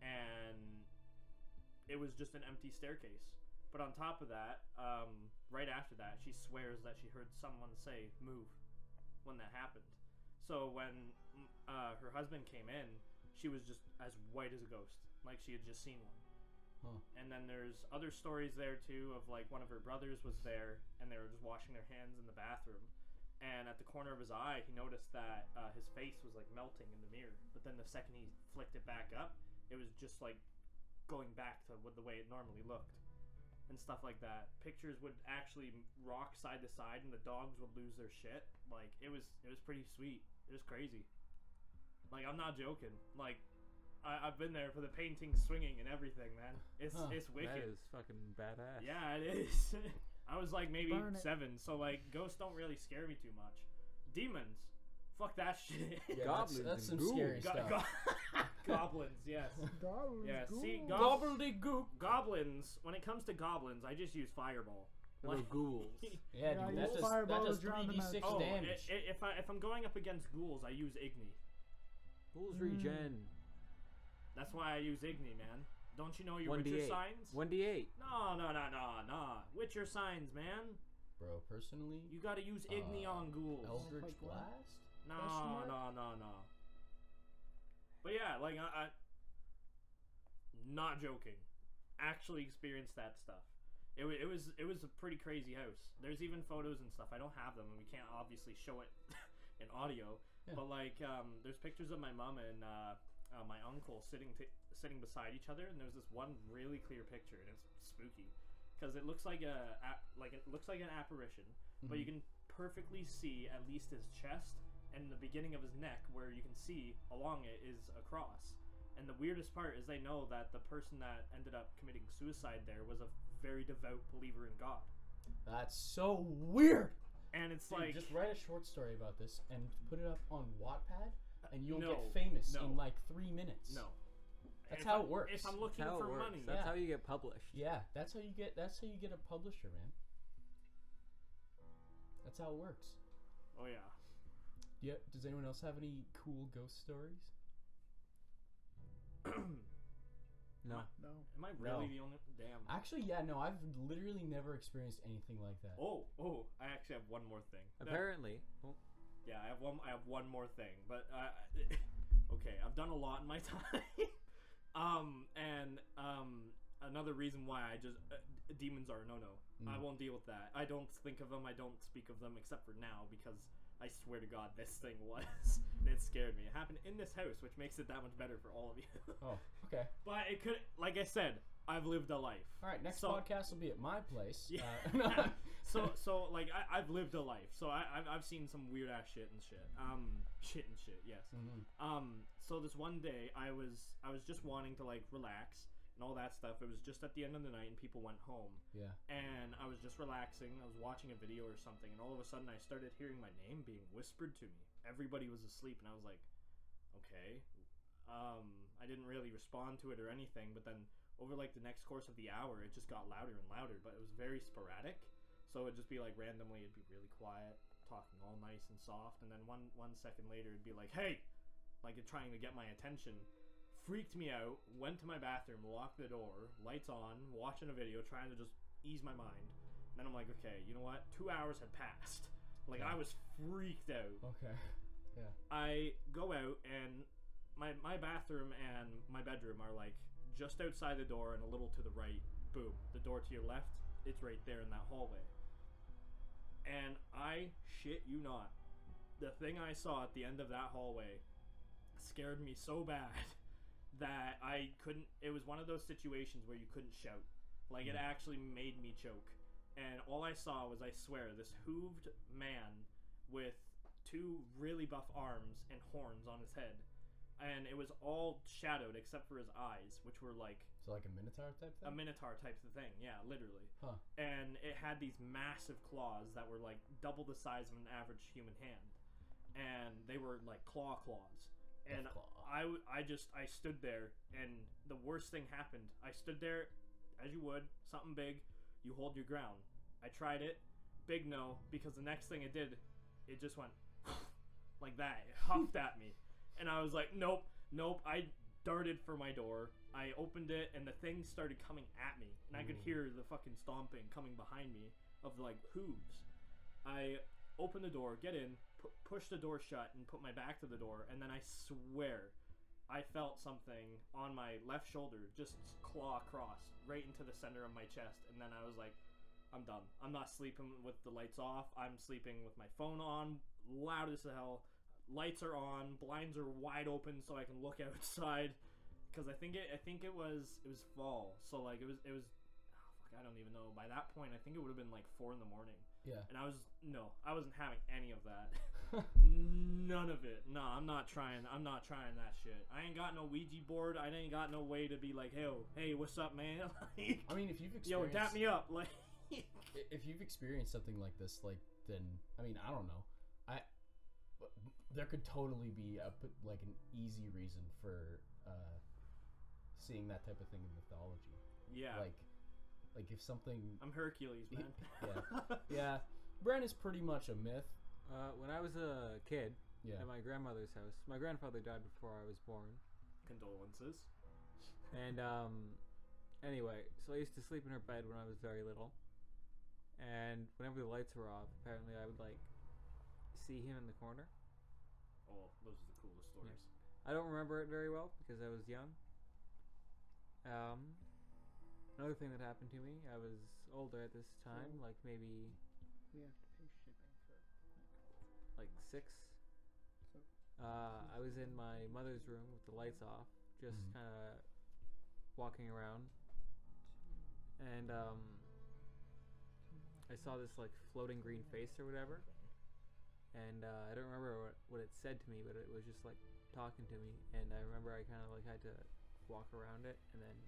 Speaker 2: And it was just an empty staircase. But on top of that, um, right after that, she swears that she heard someone say "move" when that happened. So when mm, uh, her husband came in, she was just as white as a ghost, like she had just seen one.
Speaker 1: Huh.
Speaker 2: And then there's other stories there too of like one of her brothers was there and they were just washing their hands in the bathroom. And at the corner of his eye, he noticed that uh, his face was like melting in the mirror. But then the second he flicked it back up, it was just like going back to what the way it normally looked and stuff like that. Pictures would actually rock side to side, and the dogs would lose their shit. Like it was, it was pretty sweet. It was crazy. Like I'm not joking. Like I, I've been there for the painting swinging and everything, man. It's
Speaker 1: Huh,
Speaker 2: it's
Speaker 4: That
Speaker 2: wicked.
Speaker 4: is fucking badass.
Speaker 2: Yeah, it is. I was like maybe
Speaker 3: Burn it.
Speaker 2: seven, so like ghosts don't really scare me too much. Demons, fuck that shit.
Speaker 1: Yeah, that's,
Speaker 4: Goblins
Speaker 1: that's some
Speaker 4: and
Speaker 1: scary
Speaker 4: ghouls.
Speaker 2: Go-
Speaker 1: stuff.
Speaker 2: go- goblins, yes.
Speaker 3: Dollars,
Speaker 2: Yeah, see,
Speaker 3: ghouls.
Speaker 2: go-
Speaker 1: Gobbledygook.
Speaker 2: Goblins. When it comes to goblins, I just use fireball.
Speaker 4: They're little ghouls.
Speaker 1: Yeah,
Speaker 3: Yeah,
Speaker 1: dude,
Speaker 3: you
Speaker 1: that does,
Speaker 3: fireball
Speaker 1: that does
Speaker 3: to drown them out.
Speaker 1: 3d6
Speaker 2: Oh, i-
Speaker 1: damage.
Speaker 2: i- if I if I'm going up against ghouls, I use Igni.
Speaker 4: Ghouls
Speaker 1: Mm.
Speaker 4: regen.
Speaker 2: That's why I use Igni, man. Don't you know your
Speaker 4: One
Speaker 2: Witcher
Speaker 4: d eight.
Speaker 2: signs?
Speaker 4: One d eight.
Speaker 2: No, no, no, no, no. Witcher signs, man.
Speaker 1: Bro, personally,
Speaker 2: You gotta use Igni
Speaker 1: Uh,
Speaker 2: on ghouls.
Speaker 1: Eldritch
Speaker 3: Like what?
Speaker 1: Blast?
Speaker 3: Question
Speaker 2: No,
Speaker 3: mark?
Speaker 2: no, no, no. But yeah, like I, I not joking. Actually experienced that stuff. It, wa- it was it was a pretty crazy house. There's even photos and stuff. I don't have them, and we can't obviously show it in audio.
Speaker 1: Yeah.
Speaker 2: But like, um, there's pictures of my mom and uh, uh, my uncle sitting t- sitting beside each other, and there's this one really clear picture, and it's spooky because it looks like a ap- like it looks like an apparition, but you can
Speaker 3: Mm-hmm.
Speaker 2: perfectly see at least his chest and the beginning of his neck, where you can see along it is a cross. And the weirdest part is they know that the person that ended up committing suicide there was a very devout believer in God.
Speaker 1: That's so weird.
Speaker 2: And it's
Speaker 1: Dude,
Speaker 2: like
Speaker 1: just write a short story about this and put it up on Wattpad, and you'll
Speaker 2: no,
Speaker 1: get famous
Speaker 2: no.
Speaker 1: in like three minutes.
Speaker 2: no.
Speaker 1: That's
Speaker 2: If
Speaker 1: how
Speaker 2: I-
Speaker 1: it works.
Speaker 2: If I'm
Speaker 4: That's
Speaker 2: looking
Speaker 4: how
Speaker 2: for
Speaker 4: it works.
Speaker 2: money,
Speaker 4: That's
Speaker 1: Yeah.
Speaker 4: how you get published.
Speaker 1: Yeah, that's how you get. That's how you get a publisher, man. That's how it works.
Speaker 2: oh yeah.
Speaker 1: Yeah. Does anyone else have any cool ghost stories?
Speaker 4: No.
Speaker 3: No.
Speaker 2: Am I
Speaker 1: No.
Speaker 2: really the only? Damn.
Speaker 1: Actually, yeah, no. I've literally never experienced anything like that.
Speaker 2: oh, oh! I actually have one more thing. That-
Speaker 4: Apparently. Well,
Speaker 2: Yeah, I have one. I have one more thing, but uh, okay, I've done a lot in my time. um, and um, another reason why I just uh, d- demons are a no no. I
Speaker 1: Mm.
Speaker 2: won't deal with that. I don't think of them. I don't speak of them except for now because I swear to God, this thing was and it scared me. It happened in this house, which makes it that much better for all of you.
Speaker 1: Oh, okay.
Speaker 2: but it could, like I said, I've lived a life.
Speaker 1: All right. Next
Speaker 2: So-
Speaker 1: podcast will be at my place.
Speaker 2: Yeah.
Speaker 1: Uh, no.
Speaker 2: so so like I, I've lived a life, so I, I've I've seen some weird ass shit and shit. Um, shit and shit. Yes.
Speaker 1: Mhm.
Speaker 2: Um, so this one day I was I was just wanting to like relax and all that stuff. It was just at the end of the night and people went home
Speaker 1: Yeah.
Speaker 2: and I was just relaxing. I was watching a video or something, and all of a sudden I started hearing my name being whispered to me. Everybody was asleep, and I was like, okay. Um, I didn't really respond to it or anything, but then over like the next course of the hour, it just got louder and louder, but it was very sporadic. So it'd just be like randomly, it'd be really quiet, talking all nice and soft, and then one one second later, it'd be like, hey, like it trying to get my attention freaked me out, went to my bathroom, locked the door, lights on, watching a video, trying to just ease my mind. Then I'm like, okay, you know what? Two hours had passed. Like I was freaked out.
Speaker 1: Okay.
Speaker 2: I go out and my my bathroom and my bedroom are like just outside the door and a little to the right. Boom. The door to your left, it's right there in that hallway. And I shit you not. The thing I saw at the end of that hallway scared me so bad that I couldn't. It was one of those situations where you couldn't shout. Like it actually made me choke. And all I saw was, I swear, this hooved man with two really buff arms and horns on his head. And it was all shadowed except for his eyes, which were like
Speaker 1: So like a minotaur type thing.
Speaker 2: a minotaur type of thing. Yeah, literally.
Speaker 1: Huh.
Speaker 2: And it had these massive claws that were like double the size of an average human hand, and they were like claw claws.
Speaker 1: Death
Speaker 2: And
Speaker 1: claw.
Speaker 2: I, w- I just I stood there, and the worst thing happened. I stood there, as you would, something big. You hold your ground. I tried it, big no, because the next thing it did, it just went like that. It huffed at me, and I was like, nope, nope. I darted for my door. I opened it, and the thing started coming at me, and I could hear the fucking stomping coming behind me of like hooves. I opened the door, get in, pu- push the door shut, and put my back to the door, and then I swear. I felt something on my left shoulder just claw across right into the center of my chest, and then I was like, I'm done. I'm not sleeping with the lights off. I'm sleeping with my phone on, loud as hell. Lights are on, blinds are wide open so I can look outside. Because I think it, I think it was, it was fall. So like it was, it was, oh, fuck, I don't even know. By that point, I think it would have been like four in the morning,
Speaker 1: Yeah.
Speaker 2: and I was no, I wasn't having any of that. None of it. No, I'm not trying. I'm not trying that shit. I ain't got no Ouija board. I ain't got no way to be like, hey, oh, hey, what's up, man? like,
Speaker 1: I mean, if you've
Speaker 2: yo,
Speaker 1: experienced
Speaker 2: tap me up. Like,
Speaker 1: i- if you've experienced something like this, like then I mean I don't know, I but there could totally be a p- like an easy reason for uh, seeing that type of thing in mythology,
Speaker 2: yeah,
Speaker 1: like like if something
Speaker 2: I'm Hercules, man.
Speaker 1: Yeah. yeah, Bren is pretty much a myth.
Speaker 4: Uh, when I was a kid
Speaker 1: Yeah,
Speaker 4: at my grandmother's house, my grandfather died before I was born.
Speaker 2: Condolences.
Speaker 4: And um, anyway, so I used to sleep in her bed when I was very little. And whenever the lights were off, apparently I would like see him in the corner.
Speaker 2: Oh, those are the coolest stories.
Speaker 4: I don't remember it very well because I was young. Um, and Another thing that happened to me, I was older at this time, like maybe
Speaker 3: We have to pay shipping for
Speaker 4: like six. Uh, I was in my mother's room with the lights off, just
Speaker 1: Mhm.
Speaker 4: kind of walking around, and um, I saw this like floating green face or whatever, and uh, I don't remember what, what it said to me, but it was just like talking to me, and I remember I kind of like had to walk around it and then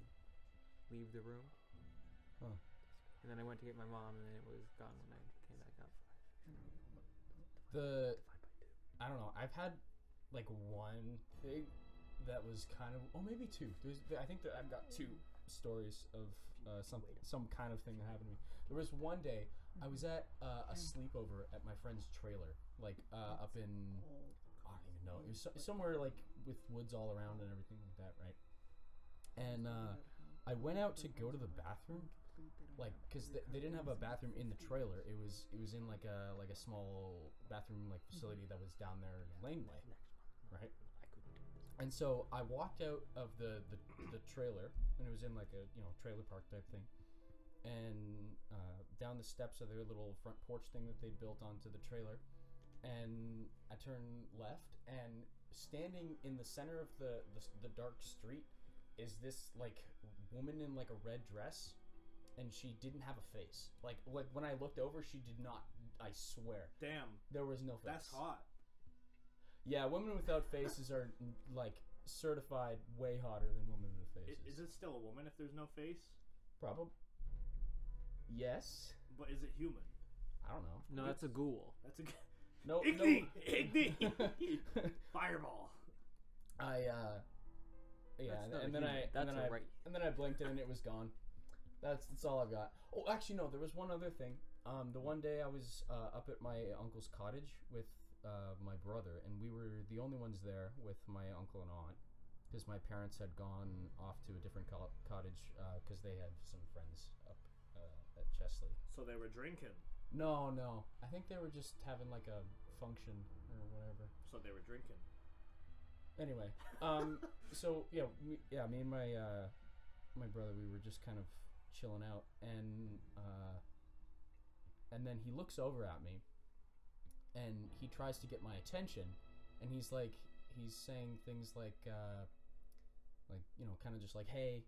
Speaker 4: leave the room.
Speaker 1: Huh.
Speaker 4: And then I went to get my mom, and then it was gone when I came back up.
Speaker 1: the I don't know. I've had like one thing that was kind of, oh maybe two. There's, I think that I've got two stories of uh, some some kind of thing that happened to me. There was one day I was at uh, a sleepover at my friend's trailer, like uh, up in I don't even know. It was so, somewhere like with woods all around and everything like that, right? And uh, I went out to go to the bathroom, like because they, they didn't have a bathroom in the trailer it was it was in like a like a small bathroom like facility that was down there in the laneway right and so i walked out of the, the the trailer and it was in like a you know trailer park type thing and uh, down the steps of their little front porch thing that they built onto the trailer and i turned left and standing in the center of the the, s- the dark street is this like woman in like a red dress and she didn't have a face. Like like when I looked over, she did not. I swear,
Speaker 2: Damn,
Speaker 1: there was no face.
Speaker 2: that's hot.
Speaker 1: Yeah, women without faces are like certified way hotter than women with
Speaker 2: I-
Speaker 1: faces.
Speaker 2: Is it still a woman if there's no face?
Speaker 1: Probably. Yes.
Speaker 2: But is it human?
Speaker 1: I don't know.
Speaker 4: No, that's a ghoul.
Speaker 2: That's a g-
Speaker 1: No.
Speaker 2: Igni!
Speaker 1: no.
Speaker 2: Igni! fireball.
Speaker 1: I uh. Yeah,
Speaker 4: That's
Speaker 1: and, and then
Speaker 4: not a human.
Speaker 1: I
Speaker 4: That's
Speaker 1: and then
Speaker 4: a
Speaker 1: I
Speaker 4: right.
Speaker 1: and then I blinked and it was gone. That's that's all I've got. Oh, actually, no. There was one other thing. Um, the one day I was uh, up at my uncle's cottage with uh, my brother, and we were the only ones there with my uncle and aunt, because my parents had gone off to a different col cottage because they had some friends up uh, at Chesley.
Speaker 2: So they were drinking.
Speaker 1: No, no. I think they were just having like a function or whatever.
Speaker 2: So they were drinking.
Speaker 1: Anyway, um, so yeah, we, yeah, me and my uh, my brother, we were just kind of chilling out, and uh, and then he looks over at me, and he tries to get my attention, and he's like, he's saying things like, uh, like you know, kind of just like, hey,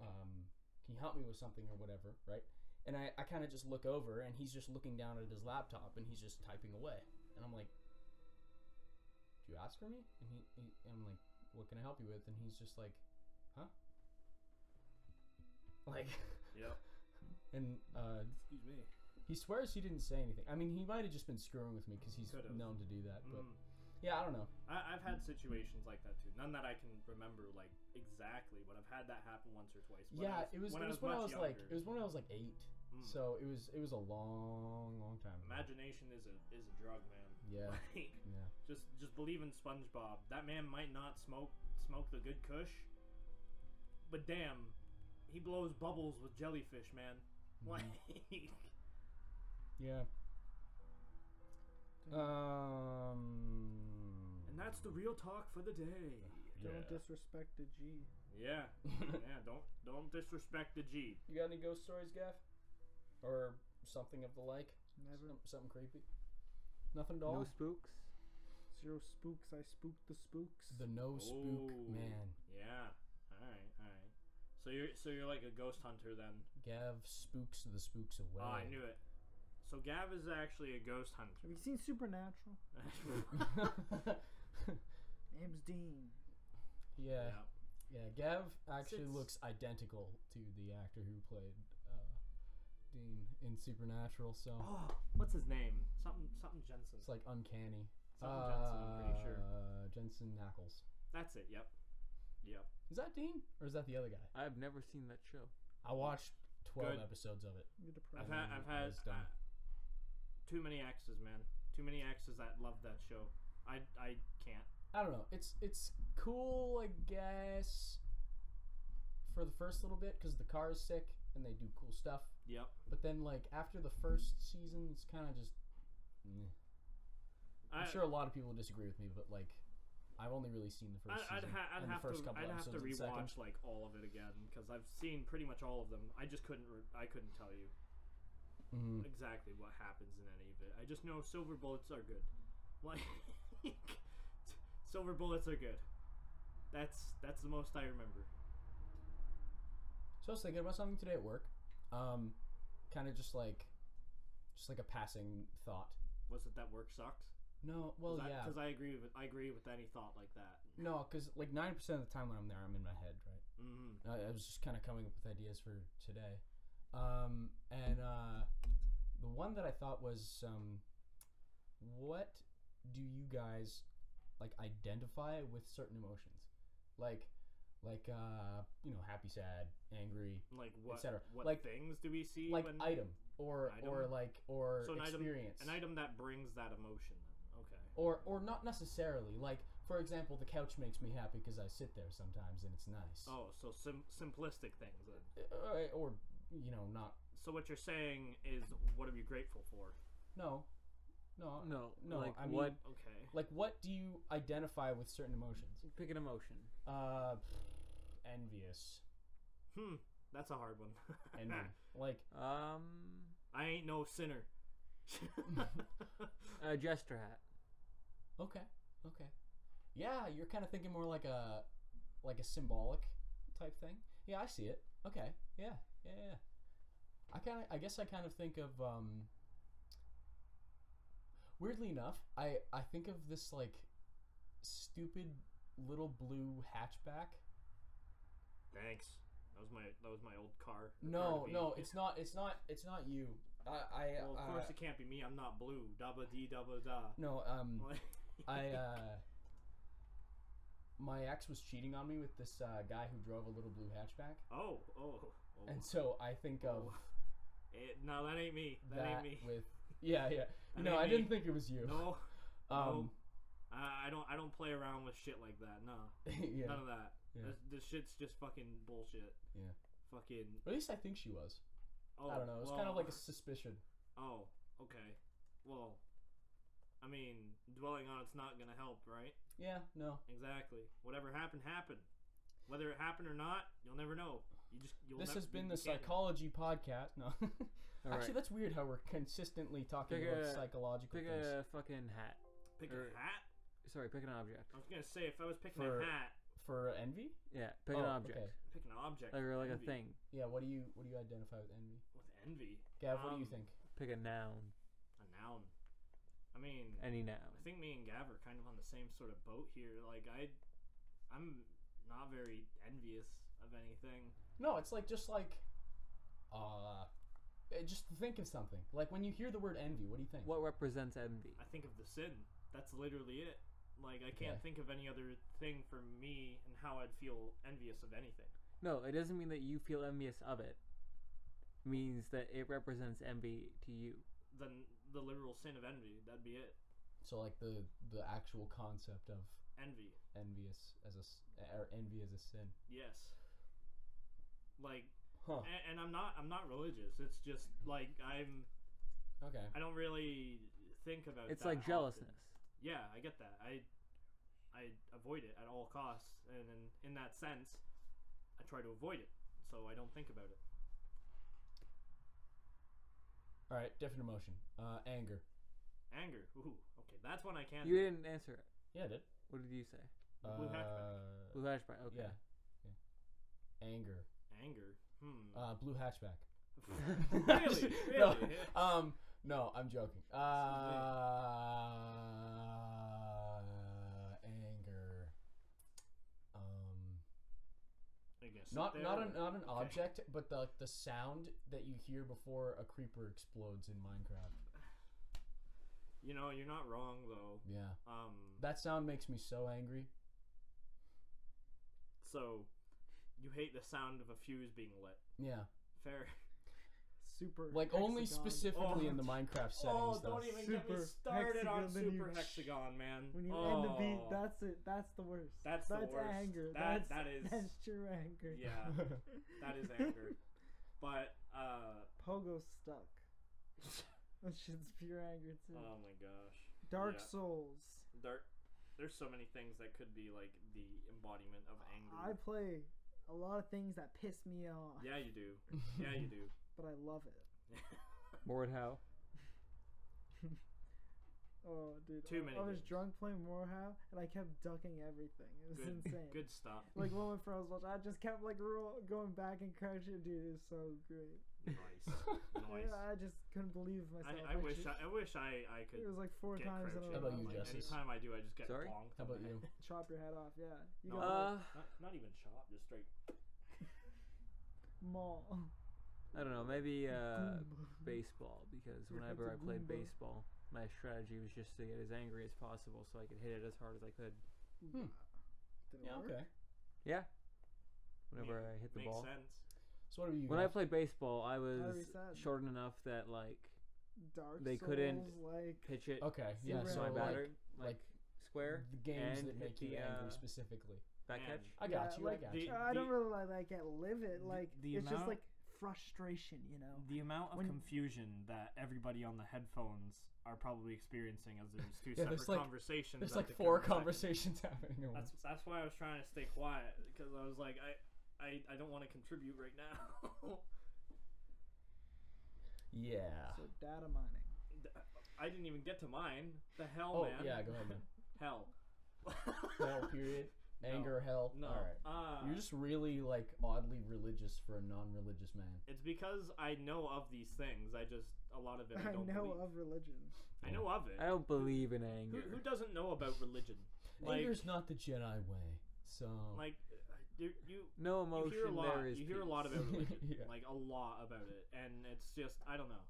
Speaker 1: um, can you help me with something or whatever, right? And I, I kind of just look over, and he's just looking down at his laptop, and he's just typing away, and I'm like do you ask for me? And he, he and I'm like, what can I help you with? And he's just like, huh? Like,
Speaker 2: Yep.
Speaker 1: and uh,
Speaker 2: Excuse me.
Speaker 1: he swears he didn't say anything. I mean, he might have just been screwing with me because he's
Speaker 2: Could've.
Speaker 1: known to do that. But
Speaker 2: Mm-hmm.
Speaker 1: yeah, I don't know.
Speaker 2: Mm. I, I've had situations like that too. None that I can remember like exactly, but I've had that happen once or twice. when I
Speaker 1: yeah, it was it was when I was
Speaker 2: much
Speaker 1: like
Speaker 2: younger.
Speaker 1: it was when I was like eight.
Speaker 2: Mm.
Speaker 1: So it was it was a long long time. ago.
Speaker 2: imagination is a is a drug, man.
Speaker 1: Yeah.
Speaker 2: Like,
Speaker 1: Yeah.
Speaker 2: just just believe in SpongeBob. That man might not smoke smoke the good Kush, but damn, he blows bubbles with jellyfish, man.
Speaker 1: Mm-hmm.
Speaker 2: Like,
Speaker 1: Yeah. Um.
Speaker 2: and that's the real talk for the day.
Speaker 3: Don't disrespect the G.
Speaker 2: Yeah,
Speaker 1: yeah.
Speaker 2: yeah. Don't don't disrespect the G.
Speaker 1: You got any ghost stories, Gaff? Or something of the like?
Speaker 3: Never.
Speaker 1: Some- something creepy? Nothing at all?
Speaker 4: No spooks.
Speaker 3: Zero spooks. I spooked the spooks.
Speaker 1: the
Speaker 2: Oh.
Speaker 1: no spook
Speaker 2: Ooh.
Speaker 1: man.
Speaker 2: Yeah. All right. All right. So you're so you're like a ghost hunter then.
Speaker 1: Gav spooks the spooks away.
Speaker 2: Oh, I knew it. So Gav is actually a ghost
Speaker 3: Have
Speaker 2: hunter.
Speaker 3: you seen Supernatural? James Dean.
Speaker 1: yeah,
Speaker 2: Yeah.
Speaker 1: yeah. Gav actually
Speaker 4: Since-
Speaker 1: looks identical to the actor who played uh, Dean in Supernatural, so
Speaker 2: Oh, what's his name? Something something Jensen.
Speaker 1: it's like uncanny.
Speaker 2: Something Jensen. I'm pretty sure.
Speaker 1: Uh, Jensen Ackles.
Speaker 2: That's it. Yep. Yep.
Speaker 1: Is that Dean or is that the other guy?
Speaker 4: I've never seen that show.
Speaker 1: I watched twelve
Speaker 2: Good.
Speaker 1: episodes of it.
Speaker 3: You're
Speaker 2: I've
Speaker 3: depressed.
Speaker 2: had I've
Speaker 1: I
Speaker 2: had
Speaker 1: was done.
Speaker 2: uh, too many exes, man. Too many exes that love that show. I I can't.
Speaker 1: I don't know. It's it's cool, I guess, for the first little bit because the car is sick and they do cool stuff.
Speaker 2: Yep.
Speaker 1: But then, like after the first season, it's kind of just. eh. meh.
Speaker 2: I,
Speaker 1: I'm sure a lot of people disagree with me, but like, I've only really seen the 1st
Speaker 2: I, I'd,
Speaker 1: season
Speaker 2: ha- I'd
Speaker 1: and
Speaker 2: have
Speaker 1: the first
Speaker 2: to
Speaker 1: couple
Speaker 2: I'd have to
Speaker 1: episodes. and second.
Speaker 2: rewatch like all of it again because I've seen pretty much all of them. I just couldn't re- I couldn't tell you
Speaker 1: Mhm.
Speaker 2: exactly what happens in any of it. I just know silver bullets are good. Like silver bullets are good. That's that's the most I remember.
Speaker 1: So I was thinking about something today at work. Um, kind of just like, just like a passing thought.
Speaker 2: Was it that work sucks?
Speaker 1: No, well, yeah,
Speaker 2: Because I agree with I agree with any thought like that.
Speaker 1: no, because like ninety percent of the time when I'm there, I'm in my head, right?
Speaker 2: Mm.
Speaker 1: I, I was just kind of coming up with ideas for today. Um, and uh, the one that I thought was um, what do you guys like identify with certain emotions? Like like uh, you know, happy, sad, angry,
Speaker 2: Like what?
Speaker 1: cetera.
Speaker 2: What
Speaker 1: Like-
Speaker 2: things do we see?
Speaker 1: like
Speaker 2: when,
Speaker 1: item or
Speaker 2: Item?
Speaker 1: or like or
Speaker 2: So an item-
Speaker 1: experience.
Speaker 2: an item that brings that emotion. Then. Okay.
Speaker 1: or or not necessarily. Like for example, the couch makes me happy because I sit there sometimes and it's nice.
Speaker 2: Oh, so sim- simplistic things. Then.
Speaker 1: Uh, or you know, not
Speaker 2: So what you're saying is, what are you grateful for?
Speaker 1: no, no,
Speaker 4: Oh, No,
Speaker 1: no,
Speaker 4: like
Speaker 1: I mean-
Speaker 4: what?
Speaker 2: Okay.
Speaker 1: Like what do you identify with certain emotions?
Speaker 4: Pick an emotion.
Speaker 1: Uh, envious,
Speaker 2: Hmm. That's a hard one.
Speaker 1: envy. like
Speaker 4: Um,
Speaker 2: I ain't no sinner.
Speaker 4: a jester hat.
Speaker 1: okay, okay, yeah, you're kind of thinking more like a like a symbolic type thing. Yeah, I see it. Okay, yeah, yeah. yeah. I kind of, I guess, I kind of think of. um Weirdly enough, I I think of this like stupid little blue hatchback.
Speaker 2: Thanks. That was my that was my old car. The car
Speaker 1: No,
Speaker 2: to beat.
Speaker 1: no, it's not. It's not. It's not you. I. I
Speaker 2: Well, of course
Speaker 1: uh,
Speaker 2: it can't be me. I'm not blue. Dabba dee dabba da.
Speaker 1: no. Um.
Speaker 2: Like-
Speaker 1: I uh my ex was cheating on me with this uh, guy who drove a little blue hatchback.
Speaker 2: oh oh. oh.
Speaker 1: And so I think of
Speaker 2: Oh, It, no, that ain't me. That,
Speaker 1: that
Speaker 2: ain't me.
Speaker 1: with yeah, yeah.
Speaker 2: That
Speaker 1: no,
Speaker 2: ain't
Speaker 1: I
Speaker 2: me.
Speaker 1: didn't think it was you.
Speaker 2: No,
Speaker 1: um
Speaker 2: I, I don't. I don't play around with shit like that. No,
Speaker 1: yeah.
Speaker 2: none of that.
Speaker 1: Yeah.
Speaker 2: This, this shit's just fucking bullshit.
Speaker 1: Yeah.
Speaker 2: Fucking.
Speaker 1: At least I think she was.
Speaker 2: Oh,
Speaker 1: I don't know. It was
Speaker 2: well,
Speaker 1: kind of like a suspicion.
Speaker 2: Oh, okay. Well, I mean, dwelling on it's not gonna help, right?
Speaker 1: Yeah, no.
Speaker 2: Exactly. Whatever happened, happened. Whether it happened or not, you'll never know. You just. You'll
Speaker 1: This
Speaker 2: nev-
Speaker 1: has
Speaker 2: you-
Speaker 1: been
Speaker 2: you
Speaker 1: the
Speaker 2: can't-
Speaker 1: psychology podcast. No.
Speaker 4: All
Speaker 1: Actually,
Speaker 4: right.
Speaker 1: that's weird how we're consistently talking
Speaker 4: Pick
Speaker 1: about
Speaker 4: a-
Speaker 1: psychological
Speaker 4: Pick
Speaker 1: things.
Speaker 4: a fucking hat.
Speaker 2: Pick
Speaker 4: or-
Speaker 2: a hat.
Speaker 4: Sorry, pick an object.
Speaker 2: I was gonna say if I was picking
Speaker 1: For-
Speaker 2: a hat,
Speaker 1: For envy?
Speaker 4: Yeah, pick
Speaker 1: Oh,
Speaker 4: an object.
Speaker 1: okay.
Speaker 2: pick an object.
Speaker 4: Like or like
Speaker 2: Envy.
Speaker 4: a thing.
Speaker 1: Yeah, what do you what do you identify with envy?
Speaker 2: With envy,
Speaker 1: Gav, what do you
Speaker 2: Um,
Speaker 1: think?
Speaker 4: Pick a noun.
Speaker 2: a noun. I mean,
Speaker 4: Any noun.
Speaker 2: I think me and Gav are kind of on the same sort of boat here. Like I, I'm not very envious of anything.
Speaker 1: No, it's like just like, uh, eh, just think of something. Like when you hear the word envy, what do you think?
Speaker 4: What represents envy?
Speaker 2: I think of the sin. That's literally it. Like I can't
Speaker 1: Okay.
Speaker 2: think of any other thing for me and how I'd feel envious of anything.
Speaker 4: No, it doesn't mean that you feel envious of it. It means that it represents envy to you.
Speaker 2: Then the literal sin of envy. That'd be it.
Speaker 1: So like the the actual concept of
Speaker 2: Envy.
Speaker 1: envious as a s- or envy as a sin.
Speaker 2: Yes. Like,
Speaker 1: Huh.
Speaker 2: and, and I'm not. I'm not religious. It's just like I'm.
Speaker 1: Okay.
Speaker 2: I don't really think about.
Speaker 4: It's
Speaker 2: that
Speaker 4: like
Speaker 2: often.
Speaker 4: jealousness.
Speaker 2: Yeah, I get that. I I avoid it at all costs, and in, in that sense, I try to avoid it, so I don't think about it.
Speaker 1: All right. Different emotion. Uh, anger.
Speaker 2: Anger. Ooh, okay, that's one I can.
Speaker 4: You
Speaker 2: do.
Speaker 4: didn't answer it.
Speaker 1: Yeah, I did.
Speaker 4: What did you say?
Speaker 2: The blue
Speaker 1: uh,
Speaker 2: hatchback.
Speaker 4: Blue hatchback. Okay.
Speaker 1: Yeah. yeah. Anger.
Speaker 2: Anger. Hmm.
Speaker 1: Uh, blue hatchback.
Speaker 2: really? Really?
Speaker 1: no.
Speaker 2: Yeah.
Speaker 1: Um. No, I'm joking. Uh, anger. Um.
Speaker 2: I guess
Speaker 1: not
Speaker 2: there.
Speaker 1: not an not an
Speaker 2: Okay.
Speaker 1: object, but the the sound that you hear before a creeper explodes in Minecraft.
Speaker 2: You know, you're not wrong though.
Speaker 1: Yeah,
Speaker 2: Um.
Speaker 1: that sound makes me so angry.
Speaker 2: So, you hate the sound of a fuse being lit.
Speaker 1: Yeah,
Speaker 2: Fair.
Speaker 3: Super.
Speaker 1: like only
Speaker 3: hexagon.
Speaker 1: specifically
Speaker 2: Oh.
Speaker 1: in the Minecraft settings.
Speaker 2: Oh,
Speaker 1: though.
Speaker 2: don't even get me
Speaker 3: Super
Speaker 2: started on
Speaker 3: hexagon, then you-
Speaker 2: Super Hexagon, man.
Speaker 3: When you
Speaker 2: oh.
Speaker 3: end the beat, that's it. That's the worst.
Speaker 2: That's the
Speaker 3: that's
Speaker 2: worst.
Speaker 3: anger.
Speaker 2: That-
Speaker 3: that's
Speaker 2: that is-
Speaker 3: that's true anger.
Speaker 2: Yeah. That is anger. But uh
Speaker 3: Pogo stuck. That shit's pure anger too.
Speaker 2: oh my gosh.
Speaker 3: Dark
Speaker 2: yeah.
Speaker 3: Souls.
Speaker 2: Dark There's so many things that could be like the embodiment of
Speaker 3: I
Speaker 2: anger.
Speaker 3: play a lot of things that piss me off,
Speaker 2: Yeah, you do. Yeah, you do.
Speaker 3: but I love it.
Speaker 4: Mord how?
Speaker 3: Oh, dude.
Speaker 2: Too
Speaker 3: I,
Speaker 2: many
Speaker 3: I was
Speaker 2: games.
Speaker 3: drunk playing Warhammer, and I kept ducking everything. It was
Speaker 2: Good.
Speaker 3: insane.
Speaker 2: Good stuff.
Speaker 3: Like when my friends watch, I just kept like roll, going back and crouching. Dude, it's so great.
Speaker 2: Nice. Nice.
Speaker 3: I, I just couldn't believe myself.
Speaker 2: I, I wish I,
Speaker 3: should-
Speaker 2: I wish I I could
Speaker 3: It was like four
Speaker 2: get
Speaker 3: times in
Speaker 2: crouching.
Speaker 1: How
Speaker 3: a
Speaker 1: about
Speaker 3: row.
Speaker 1: you,
Speaker 2: Like,
Speaker 1: Justice?
Speaker 2: Anytime I do, I just get
Speaker 4: Sorry?
Speaker 2: bonked.
Speaker 1: How about
Speaker 2: in the
Speaker 1: you?
Speaker 2: head.
Speaker 3: Chop your head off, yeah. You
Speaker 2: No.
Speaker 3: got like,
Speaker 4: Uh,
Speaker 2: Not, not even chop, just straight.
Speaker 3: maul.
Speaker 4: I don't know. Maybe uh,
Speaker 1: Mm-hmm.
Speaker 3: Goomba.
Speaker 4: baseball because
Speaker 3: Your
Speaker 4: whenever I
Speaker 3: head's a
Speaker 4: played
Speaker 3: Goomba.
Speaker 4: baseball, my strategy was just to get as angry as possible so I could hit it as hard as I could.
Speaker 1: Hmm.
Speaker 3: Did it
Speaker 1: Yeah,
Speaker 3: work?
Speaker 1: okay.
Speaker 4: Whenever
Speaker 2: Make-
Speaker 4: I hit the
Speaker 2: makes
Speaker 4: ball.
Speaker 2: sense.
Speaker 1: So what are you
Speaker 4: When I
Speaker 1: guys?
Speaker 4: played baseball, I was
Speaker 3: reset.
Speaker 4: short enough that like
Speaker 3: Dark
Speaker 4: They
Speaker 3: Souls,
Speaker 4: couldn't-
Speaker 3: like
Speaker 4: pitch it
Speaker 1: okay, yeah.
Speaker 3: Zero.
Speaker 1: So like,
Speaker 4: my
Speaker 3: Right.
Speaker 4: batter like,
Speaker 1: like,
Speaker 4: square
Speaker 1: the games
Speaker 4: and
Speaker 1: that make you
Speaker 4: hit the,
Speaker 1: angry
Speaker 4: uh,
Speaker 1: specifically.
Speaker 4: back
Speaker 2: And-
Speaker 4: catch.
Speaker 1: I got
Speaker 3: Yeah,
Speaker 1: you.
Speaker 3: like
Speaker 1: I got
Speaker 2: the-
Speaker 1: you.
Speaker 3: I don't
Speaker 2: the-
Speaker 3: really like, like it, live it. Like
Speaker 2: the
Speaker 3: it's just
Speaker 2: amount-
Speaker 3: like frustration, you know.
Speaker 2: The amount of
Speaker 3: When-
Speaker 2: confusion that everybody on the headphones are probably experiencing as there's two
Speaker 1: Yeah, there's
Speaker 2: separate
Speaker 1: like-
Speaker 2: conversations.
Speaker 1: There's
Speaker 2: at
Speaker 1: like
Speaker 2: the
Speaker 1: four
Speaker 2: current second.
Speaker 1: conversations happening at
Speaker 2: That's
Speaker 1: once.
Speaker 2: that's why I was trying to stay quiet because I was like I I, I don't want to contribute right now.
Speaker 1: Yeah.
Speaker 3: So data mining.
Speaker 2: I didn't even get to mine. The hell,
Speaker 1: Oh
Speaker 2: man.
Speaker 1: yeah, go ahead, man.
Speaker 2: Hell.
Speaker 1: Hell, period. Anger, hell.
Speaker 2: No.
Speaker 1: All right.
Speaker 2: Uh,
Speaker 1: You're just really like oddly religious for a non-religious man.
Speaker 2: It's because I know of these things. I just a lot of it I
Speaker 3: I know
Speaker 2: don't believe.
Speaker 3: of religion.
Speaker 2: I know of it.
Speaker 4: I don't believe in
Speaker 2: Who,
Speaker 4: anger.
Speaker 2: who doesn't know about religion? Like,
Speaker 1: Anger's not the Jedi way. So
Speaker 2: like uh, you, you,
Speaker 4: no
Speaker 2: you
Speaker 4: emotion.
Speaker 2: hear a lot.
Speaker 4: there is
Speaker 2: You hear a
Speaker 4: peace.
Speaker 2: lot about religion,
Speaker 1: Yeah.
Speaker 2: like a lot about it, and it's just I don't know.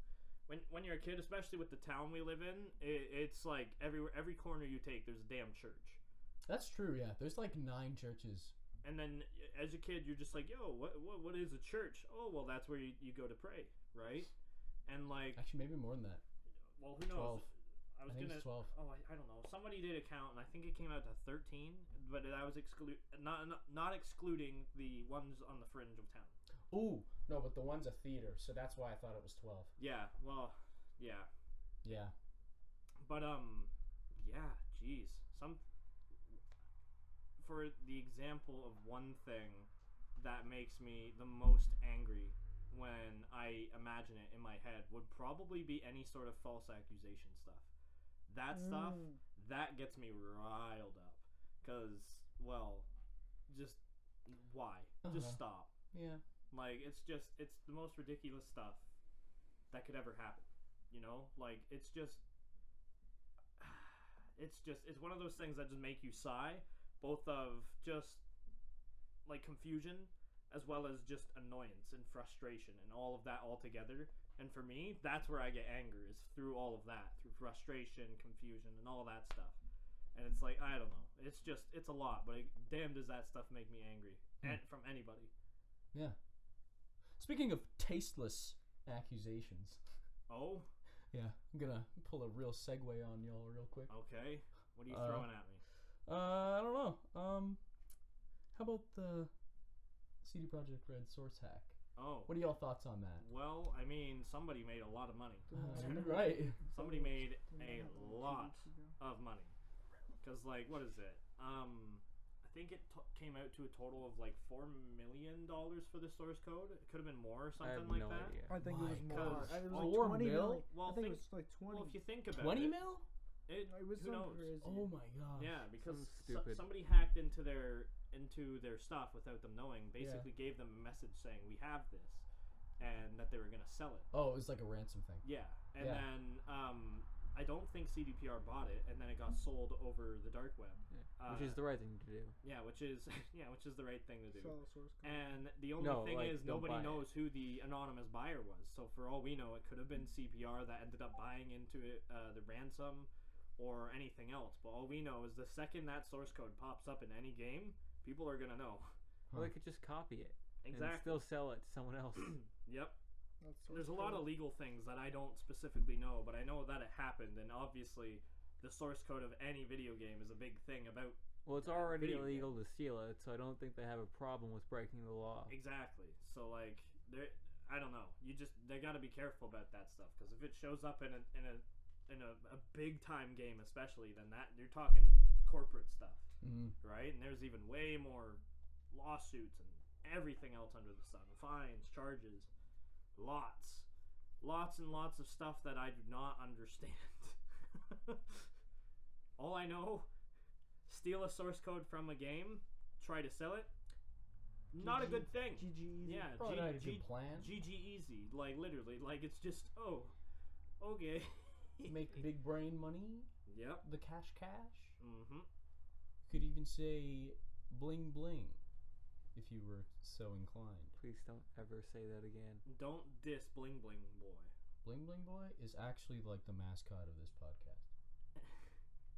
Speaker 2: When when you're a kid, especially with the town we live in, it, it's like everywhere, every corner you take, there's a damn church.
Speaker 1: that's true. Yeah, there's like nine churches.
Speaker 2: and then uh, as a kid you're just like yo what what, what is a church oh well that's where you, you go to pray right and like
Speaker 1: Actually, maybe more than that.
Speaker 2: well who knows
Speaker 1: 12.
Speaker 2: i
Speaker 1: I
Speaker 2: was
Speaker 1: think
Speaker 2: gonna
Speaker 1: it's twelve.
Speaker 2: oh I, I don't know somebody did a count and i think it came out to 13 but i was exclude not, not not excluding the ones on the fringe of town
Speaker 1: Ooh, no, but the one's a theater, so that's why I thought it was twelve.
Speaker 2: yeah well yeah
Speaker 1: Yeah.
Speaker 2: But um, yeah, jeez, some for the example of one thing that makes me the most angry when I imagine it in my head would probably be any sort of false accusation stuff. That stuff
Speaker 3: Mm.
Speaker 2: that gets me riled up because well, just why? Just
Speaker 1: Uh-huh.
Speaker 2: stop.
Speaker 1: Yeah.
Speaker 2: Like it's just it's the most ridiculous stuff that could ever happen. You know? Like it's just it's just it's one of those things that just make you sigh, both of just like confusion as well as just annoyance and frustration and all of that all together. And for me, that's where I get anger is through all of that, through frustration, confusion and all that stuff. And it's like I don't know. It's just it's a lot, but it, damn does that stuff make me angry. And from anybody.
Speaker 1: Speaking of tasteless accusations,
Speaker 2: Oh,
Speaker 1: yeah, I'm gonna pull a real segue on y'all real quick.
Speaker 2: Okay. What are you
Speaker 1: Uh,
Speaker 2: throwing at me?
Speaker 1: Uh, I don't know. Um, how about the CD Project Red source hack?
Speaker 2: Oh.
Speaker 1: What are y'all thoughts on that?
Speaker 2: Well, I mean, somebody made a lot of money.
Speaker 1: Uh, you're right.
Speaker 2: Somebody made a
Speaker 3: Two
Speaker 2: lot
Speaker 3: weeks ago.
Speaker 2: of money. Cuz like what is it? Um I think it to came out to a total of like 4 million dollars for the source code. It could have been more or
Speaker 4: I have
Speaker 2: something like
Speaker 4: no
Speaker 2: that.
Speaker 4: idea.
Speaker 3: I think it was
Speaker 1: My
Speaker 3: more.
Speaker 2: gosh.
Speaker 3: I- It was like
Speaker 1: Four
Speaker 3: 20
Speaker 1: mil?
Speaker 3: million.
Speaker 2: Well,
Speaker 3: I think it
Speaker 2: think-
Speaker 3: was like 20.
Speaker 2: Well, if you think about
Speaker 1: Twenty
Speaker 2: it,
Speaker 1: mil?
Speaker 2: it,
Speaker 3: it was
Speaker 2: who
Speaker 3: something
Speaker 2: knows?
Speaker 3: crazy.
Speaker 1: Oh my gosh.
Speaker 2: Yeah, because
Speaker 4: Sounds
Speaker 2: so-
Speaker 4: stupid.
Speaker 2: somebody hacked into their into their stuff without them knowing. Basically, gave them a message saying we have this, and that they were going to sell it.
Speaker 1: Oh, it was like a ransom thing.
Speaker 2: Yeah, and
Speaker 1: Yeah.
Speaker 2: then um, I don't think CDPR bought it, and then it got sold over the dark web.
Speaker 4: Yeah, Which is the right thing to do.
Speaker 2: Yeah, which is yeah, which is the right thing to do.
Speaker 3: Sell the source code.
Speaker 2: and the only
Speaker 4: No,
Speaker 2: thing
Speaker 4: like,
Speaker 2: is,
Speaker 4: don't buy
Speaker 2: nobody
Speaker 4: it.
Speaker 2: knows who the anonymous buyer was. So for all we know, it could have been CPR that ended up buying into it, uh, the ransom, or anything else. But all we know is the second that source code pops up in any game, people are gonna know.
Speaker 4: Or they could just copy it and
Speaker 2: Exactly.
Speaker 4: still sell it to someone else.
Speaker 2: Yep.
Speaker 3: That's source
Speaker 2: There's a lot of
Speaker 3: code.
Speaker 2: legal things that I don't specifically know, but I know that it happened, and obviously, the source code of any video game is a big thing about
Speaker 4: well, it's already
Speaker 2: Video game.
Speaker 4: illegal to steal it, so I don't think they have a problem with breaking the law.
Speaker 2: exactly. So like, there, I don't know. You just they got to be careful about that stuff because if it shows up in a in a in a, a big time game, especially than that, you're talking corporate stuff,
Speaker 1: Mhm.
Speaker 2: right? And there's even way more lawsuits and everything else under the sun, fines, charges, lots, lots and lots of stuff that I do not understand. All I know: steal a source code from a game, try to sell it. Not a
Speaker 3: GG.
Speaker 2: good thing.
Speaker 3: GG. easy.
Speaker 2: Yeah,
Speaker 1: Probably
Speaker 2: G-
Speaker 1: not a
Speaker 2: G-
Speaker 1: good plan.
Speaker 2: GG easy, like literally, like it's just oh, okay.
Speaker 1: Make big brain money,
Speaker 2: Yep.
Speaker 1: the cash cash.
Speaker 2: Mm-hmm.
Speaker 1: Could even say bling bling, if you were so inclined.
Speaker 4: Please don't ever say that again.
Speaker 2: Don't diss bling bling boy.
Speaker 1: Bling Bling Boy is actually like the mascot of this podcast.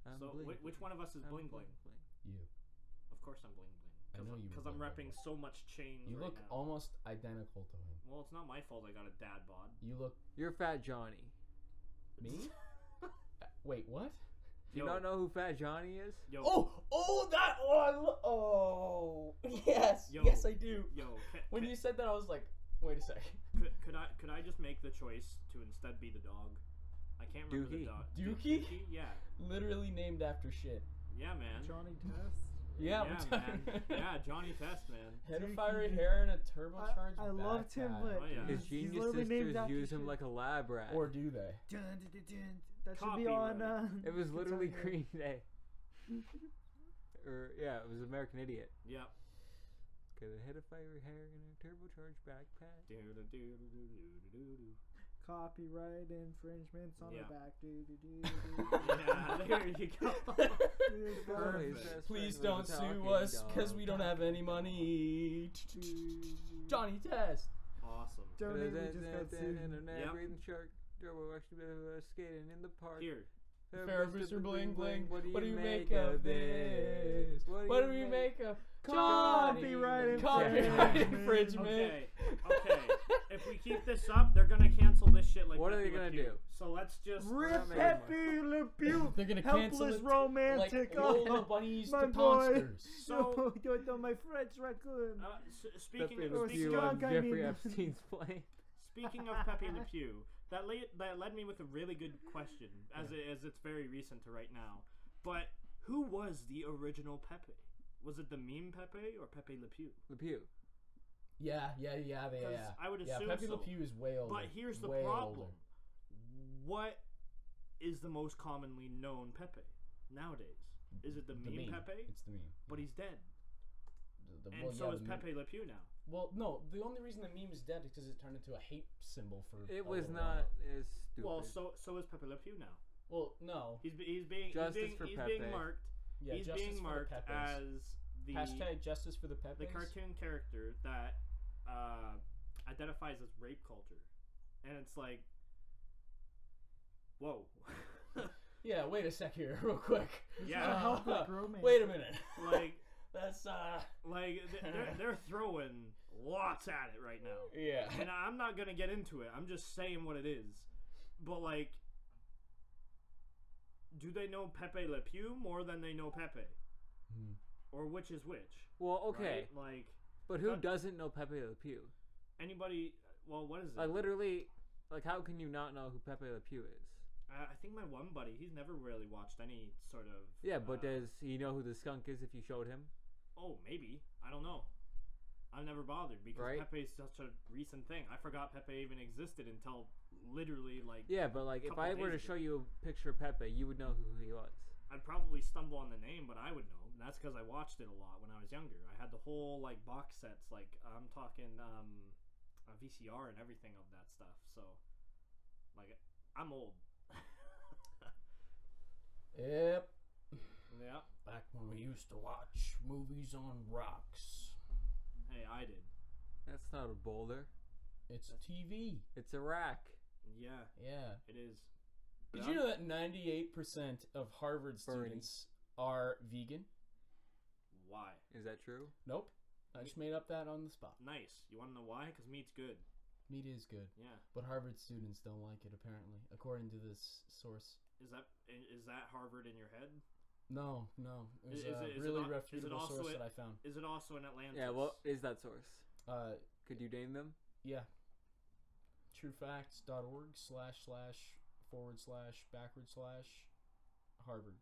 Speaker 4: I'm
Speaker 2: so
Speaker 4: bling.
Speaker 2: whi- which one of us is
Speaker 4: I'm
Speaker 2: bling bling?
Speaker 1: You.
Speaker 2: Of course I'm bling
Speaker 1: I
Speaker 2: bling.
Speaker 1: know you were
Speaker 2: Because I'm
Speaker 1: bling
Speaker 2: repping
Speaker 1: bling.
Speaker 2: so much change
Speaker 1: You
Speaker 2: right
Speaker 1: look
Speaker 2: now.
Speaker 1: almost identical to him.
Speaker 2: well, it's not my fault I got a dad bod.
Speaker 1: You look
Speaker 4: You're Fat Johnny.
Speaker 1: me? Uh, Wait, what?
Speaker 4: Do you
Speaker 2: Yo.
Speaker 4: not know who Fat Johnny is?
Speaker 2: Yo,
Speaker 1: oh, that oh, I lo- oh, yes,
Speaker 2: Yo.
Speaker 1: do.
Speaker 2: yo. Ca-
Speaker 1: When
Speaker 2: ca-
Speaker 1: you said that, I was like, wait a second.
Speaker 2: could, could I could I just make the choice to instead be the dog? I can't remember
Speaker 4: Dookie.
Speaker 2: the dog.
Speaker 1: Dookie?
Speaker 2: Dookie? Yeah.
Speaker 1: Literally named after shit.
Speaker 2: Yeah, man.
Speaker 3: Johnny Test.
Speaker 1: Yeah, we're
Speaker 2: yeah,
Speaker 1: talking-
Speaker 2: man. yeah, Johnny Test, man.
Speaker 1: Head of
Speaker 3: Dookie.
Speaker 1: fiery hair and a turbocharged
Speaker 3: I loved him,
Speaker 1: backpack.
Speaker 3: but
Speaker 2: Oh, yeah.
Speaker 4: His
Speaker 2: He's
Speaker 4: genius
Speaker 3: literally named
Speaker 4: sisters
Speaker 3: after
Speaker 4: use him
Speaker 3: shit.
Speaker 4: like a lab rat.
Speaker 1: or do they?
Speaker 3: Dun, dun, dun, dun. That should be on.
Speaker 2: Copyright.
Speaker 3: Uh,
Speaker 4: it was
Speaker 3: it's
Speaker 4: literally
Speaker 3: on here.
Speaker 4: Green Day. or yeah, it was American Idiot.
Speaker 2: Yep.
Speaker 4: Got a head of fiery hair and a turbocharged backpack.
Speaker 2: Yeah,
Speaker 3: Copyright infringements on
Speaker 2: Yeah.
Speaker 3: the back. Do, do, do, do, do.
Speaker 2: there you go.
Speaker 3: Here's the-
Speaker 4: Her and his
Speaker 2: Perfect.
Speaker 4: best
Speaker 1: Please
Speaker 4: friend
Speaker 1: don't
Speaker 4: was a
Speaker 1: sue
Speaker 4: talking
Speaker 1: us because
Speaker 4: dog.
Speaker 1: we don't have any money. Johnny Test.
Speaker 2: Awesome.
Speaker 3: Donate, we just got sued.
Speaker 2: Yep.
Speaker 4: Breathing shark. Turbo actually uh, skating in the park.
Speaker 2: Here,
Speaker 4: Hey,
Speaker 1: Fair
Speaker 4: Mr.
Speaker 1: Mr. Bling Bling,
Speaker 4: What do you,
Speaker 1: what do you make of this? What do we make of
Speaker 3: Copyright
Speaker 1: copyright
Speaker 4: infringement.
Speaker 1: infringement?
Speaker 2: okay, okay. if we keep this up, they're gonna cancel this shit. Like
Speaker 4: What are
Speaker 2: Pepe
Speaker 4: they gonna
Speaker 2: Le Pew.
Speaker 4: do?
Speaker 2: So let's just
Speaker 3: Rip
Speaker 4: Not making
Speaker 3: Pepe Le Pew.
Speaker 1: They're gonna cancel
Speaker 3: Helpless
Speaker 1: it like
Speaker 3: romantic.
Speaker 1: little bunnies
Speaker 3: my
Speaker 1: to
Speaker 3: boy.
Speaker 1: monsters.
Speaker 2: So-
Speaker 3: So do it on my French raccoon.
Speaker 2: Uh, s- speaking
Speaker 4: Pepe
Speaker 3: Le
Speaker 2: of, Oh,
Speaker 4: Le
Speaker 3: Or
Speaker 2: speaking
Speaker 4: Pew
Speaker 2: of
Speaker 3: skunk,
Speaker 4: and
Speaker 3: I
Speaker 4: Jeffrey
Speaker 3: mean.
Speaker 4: Epstein's play.
Speaker 2: speaking of Pepe Le Pew, that led that led me with a really good question, as it, as it's very recent to right now. But who was the original Pepe? Was it the meme Pepe or Pepe Le Pew?
Speaker 4: Le Pew.
Speaker 1: Yeah, yeah, yeah, they,
Speaker 2: 'Cause
Speaker 1: yeah.
Speaker 2: I would
Speaker 1: yeah,
Speaker 2: assume
Speaker 1: Pepe
Speaker 2: so.
Speaker 1: Le Pew is way older.
Speaker 2: But here's the
Speaker 1: way
Speaker 2: problem.
Speaker 1: older.
Speaker 2: What is the most commonly known Pepe nowadays? Is it the,
Speaker 1: The
Speaker 2: meme, Pepe?
Speaker 1: It's the meme.
Speaker 2: But he's dead.
Speaker 1: The- the-
Speaker 2: And
Speaker 1: well,
Speaker 2: so
Speaker 1: yeah,
Speaker 2: is
Speaker 1: the meme-
Speaker 2: Pepe Le Pew now.
Speaker 1: Well, no, the only reason the meme is dead is because it turned into a hate symbol for. a
Speaker 4: It was
Speaker 1: little
Speaker 4: not
Speaker 1: while.
Speaker 4: as stupid.
Speaker 2: Oh, Well, so so is Pepe Le Pew now.
Speaker 1: Well, no.
Speaker 2: He's be- he's being
Speaker 4: Justice
Speaker 2: he's being,
Speaker 4: for
Speaker 2: he's
Speaker 4: Pepe.
Speaker 2: being marked.
Speaker 1: Yeah,
Speaker 2: he's
Speaker 1: justice
Speaker 2: being
Speaker 1: for
Speaker 2: marked
Speaker 1: the Pepes.
Speaker 2: as the
Speaker 1: Hashtag justice for the Pepes.
Speaker 2: the cartoon character that uh, identifies as rape culture, and it's like, whoa,
Speaker 1: Yeah, wait a sec here, real quick.
Speaker 2: Yeah.
Speaker 1: Uh,
Speaker 3: Helpless romance.
Speaker 1: wait a minute.
Speaker 2: like
Speaker 1: That's uh.
Speaker 2: like th- they're, they're throwing lots at it right now.
Speaker 1: Yeah.
Speaker 2: and I'm not gonna get into it. I'm just saying what it is. But like, do they know Pepe Le Pew more than they know Pepe,
Speaker 1: Hmm.
Speaker 2: or which is which?
Speaker 4: well, okay.
Speaker 2: right? like
Speaker 4: But who
Speaker 2: But-
Speaker 4: doesn't know Pepe Le Pew?
Speaker 2: anybody. Well, what is it?
Speaker 4: Like literally, like how can you not know who Pepe Le Pew is?
Speaker 2: I, I think my one buddy, he's never really watched any sort of.
Speaker 4: Yeah, but
Speaker 2: uh,
Speaker 4: does he know who the skunk is if you showed him?
Speaker 2: Oh, maybe I don't know. I've never bothered because
Speaker 4: Right.
Speaker 2: Pepe is such a recent thing. I forgot Pepe even existed until literally like
Speaker 4: Yeah, but like if
Speaker 2: Couple
Speaker 4: I were to
Speaker 2: days
Speaker 4: show
Speaker 2: ago.
Speaker 4: you a picture of Pepe, you would know who he was.
Speaker 2: I'd probably stumble on the name, but I would know. And that's because I watched it a lot when I was younger. I had the whole like box sets, like I'm talking um, a VCR and everything of that stuff. So, like, I'm old.
Speaker 1: Yep.
Speaker 2: yeah.
Speaker 1: Back when we used to watch movies on rocks.
Speaker 2: Hey, I did.
Speaker 4: That's not a boulder.
Speaker 1: It's TV.
Speaker 4: It's a rack.
Speaker 2: Yeah,
Speaker 1: Yeah.
Speaker 2: it is.
Speaker 1: Did you know that 98% of Harvard
Speaker 4: Bernie.
Speaker 1: students are vegan?
Speaker 2: Why?
Speaker 4: Is that true?
Speaker 1: Nope. I just made up that on the spot.
Speaker 2: Nice. You want to know why? Because meat's good.
Speaker 1: Meat is good,
Speaker 2: Yeah.
Speaker 1: but Harvard students don't like it apparently, according to this source.
Speaker 2: Is that i- is that Harvard in your head?
Speaker 1: No, no. It was
Speaker 2: Is- is
Speaker 1: a
Speaker 2: it- is it
Speaker 1: really
Speaker 2: al- is it
Speaker 1: reputable
Speaker 2: also
Speaker 1: source
Speaker 2: a-
Speaker 1: that I found.
Speaker 2: Is it also in Atlanta?
Speaker 4: Yeah. What is that source?
Speaker 1: Uh,
Speaker 4: Could you name them?
Speaker 1: yeah. Truefacts.org slash slash forward slash backward slash Harvard.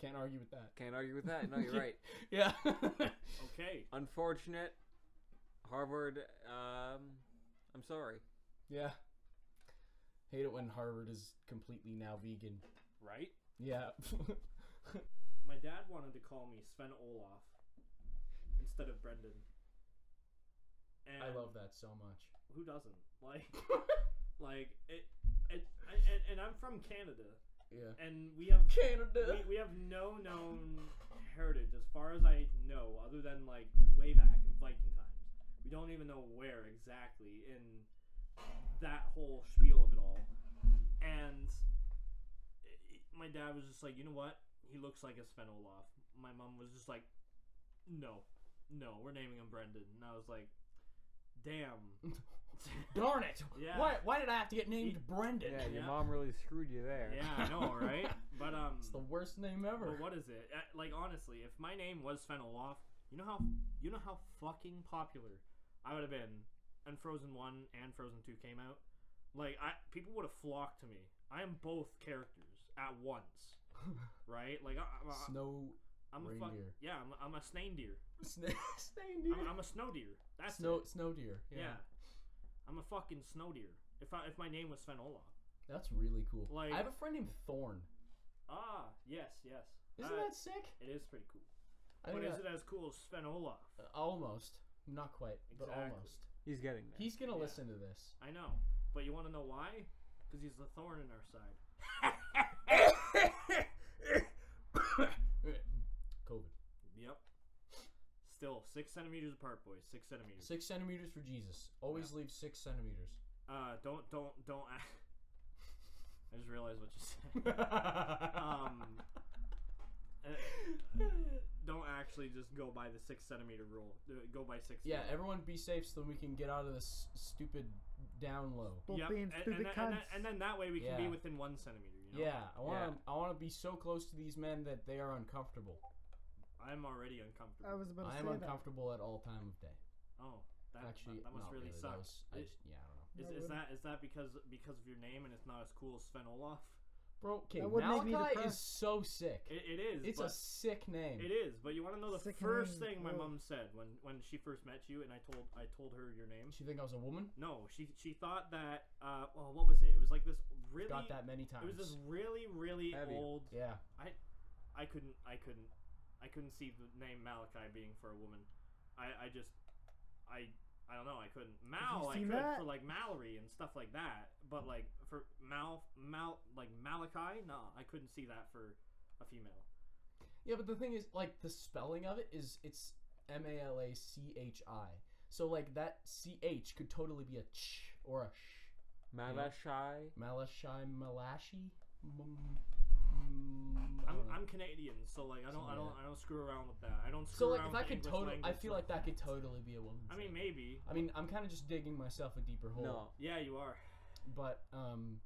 Speaker 1: Can't argue with that.
Speaker 4: Can't argue with that. No, you're right.
Speaker 1: Yeah.
Speaker 2: Okay.
Speaker 4: Unfortunate. Harvard. Um, I'm sorry.
Speaker 1: yeah. Hate it when Harvard is completely now vegan.
Speaker 2: Right?
Speaker 1: Yeah.
Speaker 2: My dad wanted to call me Sven Olaf instead of Brendan. And
Speaker 1: I love that so much.
Speaker 2: Who doesn't? Like, like it. it I, and, and I'm from Canada,
Speaker 1: Yeah.
Speaker 2: and we have
Speaker 1: Canada.
Speaker 2: we, we have no known heritage as far as I know, other than like way back in Viking times. We don't even know where exactly in that whole spiel of it all. And it- my dad was just like, you know what? He looks like a Sven Olaf. My mom was just like, no, no, we're naming him Brendan. And I was like, damn.
Speaker 1: Darn it!
Speaker 2: Yeah.
Speaker 1: Why, why did I have to get named Brendan?
Speaker 4: Yeah, your
Speaker 2: Yeah.
Speaker 4: mom really screwed you there.
Speaker 2: yeah, I know, right? But um,
Speaker 1: It's the worst name ever.
Speaker 2: Well, what is it? Uh, Like honestly, if my name was Sven Olaf, you know how you know how fucking popular I would have been, and Frozen One and Frozen Two came out. Like I, people would have flocked to me. I am both characters at once, right? Like I, I'm, a-
Speaker 1: Snow
Speaker 2: I'm a fuck,
Speaker 1: reindeer.
Speaker 2: yeah, I'm, a- I'm a snane deer.
Speaker 1: Sna- Stain deer.
Speaker 2: I'm, I'm a snow deer. That's
Speaker 1: snow
Speaker 2: it.
Speaker 1: snow deer. Yeah.
Speaker 2: Yeah. I'm a fucking snow deer. If I, if my name was Sven Olaf,
Speaker 1: That's really cool.
Speaker 2: Like-
Speaker 1: I have a friend named Thorn.
Speaker 2: ah, yes, yes.
Speaker 1: Isn't
Speaker 2: Uh,
Speaker 1: that sick?
Speaker 2: It is pretty cool.
Speaker 1: I
Speaker 2: But
Speaker 1: think
Speaker 2: is
Speaker 1: that-
Speaker 2: it as cool as Sven Olaf?
Speaker 1: uh, almost. Not quite, but
Speaker 2: Exactly.
Speaker 1: almost.
Speaker 4: He's getting there.
Speaker 1: He's gonna
Speaker 2: Yeah.
Speaker 1: listen to this.
Speaker 2: I know, but you want to know why? Because he's the thorn in our side.
Speaker 1: COVID.
Speaker 2: Yep. Still six centimeters apart, boys. Six centimeters.
Speaker 1: Six centimeters for Jesus. Always leave six centimeters.
Speaker 2: Uh, don't, don't, don't. Act. I just realized what you said. Um, Uh, don't actually just go by the six centimeter rule. Uh, Go by six.
Speaker 1: yeah,
Speaker 2: feet.
Speaker 1: everyone be safe so we can get out of this stupid down low.
Speaker 3: Both
Speaker 2: Yep. and,
Speaker 3: being
Speaker 2: and,
Speaker 3: stupid
Speaker 2: then- and,
Speaker 3: cunts.
Speaker 2: then, and then that way we can
Speaker 1: Yeah.
Speaker 2: be within one centimeter. You know?
Speaker 1: Yeah, I want to. I want to be so close to these men that they are uncomfortable.
Speaker 2: I'm already
Speaker 3: I
Speaker 2: uncomfortable.
Speaker 3: was about to
Speaker 1: I
Speaker 3: say
Speaker 1: am
Speaker 3: that.
Speaker 1: uncomfortable at all time of day.
Speaker 2: oh, that
Speaker 1: Actually,
Speaker 2: that must
Speaker 1: not
Speaker 2: really
Speaker 1: that
Speaker 2: suck.
Speaker 1: was- I
Speaker 2: It-
Speaker 1: just- yeah, I don't know.
Speaker 2: Is,
Speaker 3: That
Speaker 2: is
Speaker 3: would-
Speaker 2: that is that because because of your name and it's not as cool as Sven Olaf?
Speaker 1: Bro, okay,
Speaker 3: That would make me
Speaker 1: Malachi is
Speaker 3: depressed.
Speaker 1: so sick.
Speaker 2: It, it is.
Speaker 1: it's
Speaker 2: but
Speaker 1: a sick name.
Speaker 2: It is, but you want to know the
Speaker 3: Sick
Speaker 2: first
Speaker 3: name.
Speaker 2: thing my
Speaker 3: Whoa.
Speaker 2: mom said when when she first met you, and I told I told her your name.
Speaker 1: She think I was a woman?
Speaker 2: No, she she thought that. Uh, well, what was it? It was like this really.
Speaker 1: Got that many
Speaker 2: It
Speaker 1: times.
Speaker 2: was this really really
Speaker 4: Heavy.
Speaker 2: old.
Speaker 1: yeah.
Speaker 2: I couldn't I couldn't I couldn't see the name Malachi being for a woman. I I just I I don't know. I couldn't Mal. I
Speaker 3: seen
Speaker 2: could
Speaker 3: that?
Speaker 2: for like Mallory and stuff like that, but like for Mal Mal like Malachi, no, I couldn't see that for a female.
Speaker 1: Yeah, but the thing is, like, the spelling of it is it's M A L A C H I. So, like, that C H could totally be a ch or a sh.
Speaker 4: Malashai.
Speaker 1: Malashai Malashi? Mm,
Speaker 2: I'm, I'm Canadian, so like I don't I don't I don't screw around with that. I don't
Speaker 1: Uh, so,
Speaker 2: screw
Speaker 1: like,
Speaker 2: around
Speaker 1: if
Speaker 2: with
Speaker 1: I could
Speaker 2: English
Speaker 1: totally. I
Speaker 2: language
Speaker 1: feel like that could totally be a woman.
Speaker 2: I mean, maybe.
Speaker 1: I mean, I'm kind of just digging myself a deeper hole.
Speaker 4: No.
Speaker 2: Yeah, you are.
Speaker 1: But, um.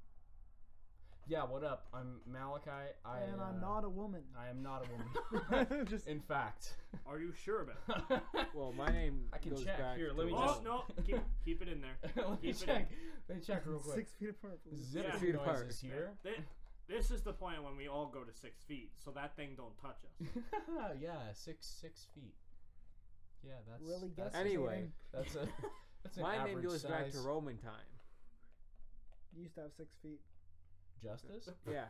Speaker 1: Yeah, what up? I'm Malachi. I,
Speaker 3: and I'm
Speaker 1: uh,
Speaker 3: not a woman.
Speaker 1: I am not a woman.
Speaker 3: Just
Speaker 1: In fact.
Speaker 2: Are you sure about it?
Speaker 4: Well, my name
Speaker 1: I can
Speaker 4: goes
Speaker 1: check.
Speaker 4: back.
Speaker 1: Here,
Speaker 4: to-
Speaker 1: let me
Speaker 4: Oh,
Speaker 2: Oh
Speaker 1: just-
Speaker 2: no, keep, keep it in there.
Speaker 1: Let me
Speaker 2: Keep it
Speaker 1: check. Let me check real quick.
Speaker 3: six feet apart. please.
Speaker 1: Zip
Speaker 2: Yeah.
Speaker 4: Feet apart.
Speaker 1: noises here.
Speaker 2: Thi- This is the point when we all go to six feet, so that thing don't touch us.
Speaker 1: yeah, six six feet. Yeah, that's
Speaker 3: Really
Speaker 1: That's,
Speaker 3: guessing.
Speaker 4: Anyway.
Speaker 1: that's a that's an
Speaker 4: My name
Speaker 1: average
Speaker 4: goes
Speaker 1: size.
Speaker 4: back to Roman time.
Speaker 3: You used to have six feet.
Speaker 1: justice.
Speaker 4: Yeah,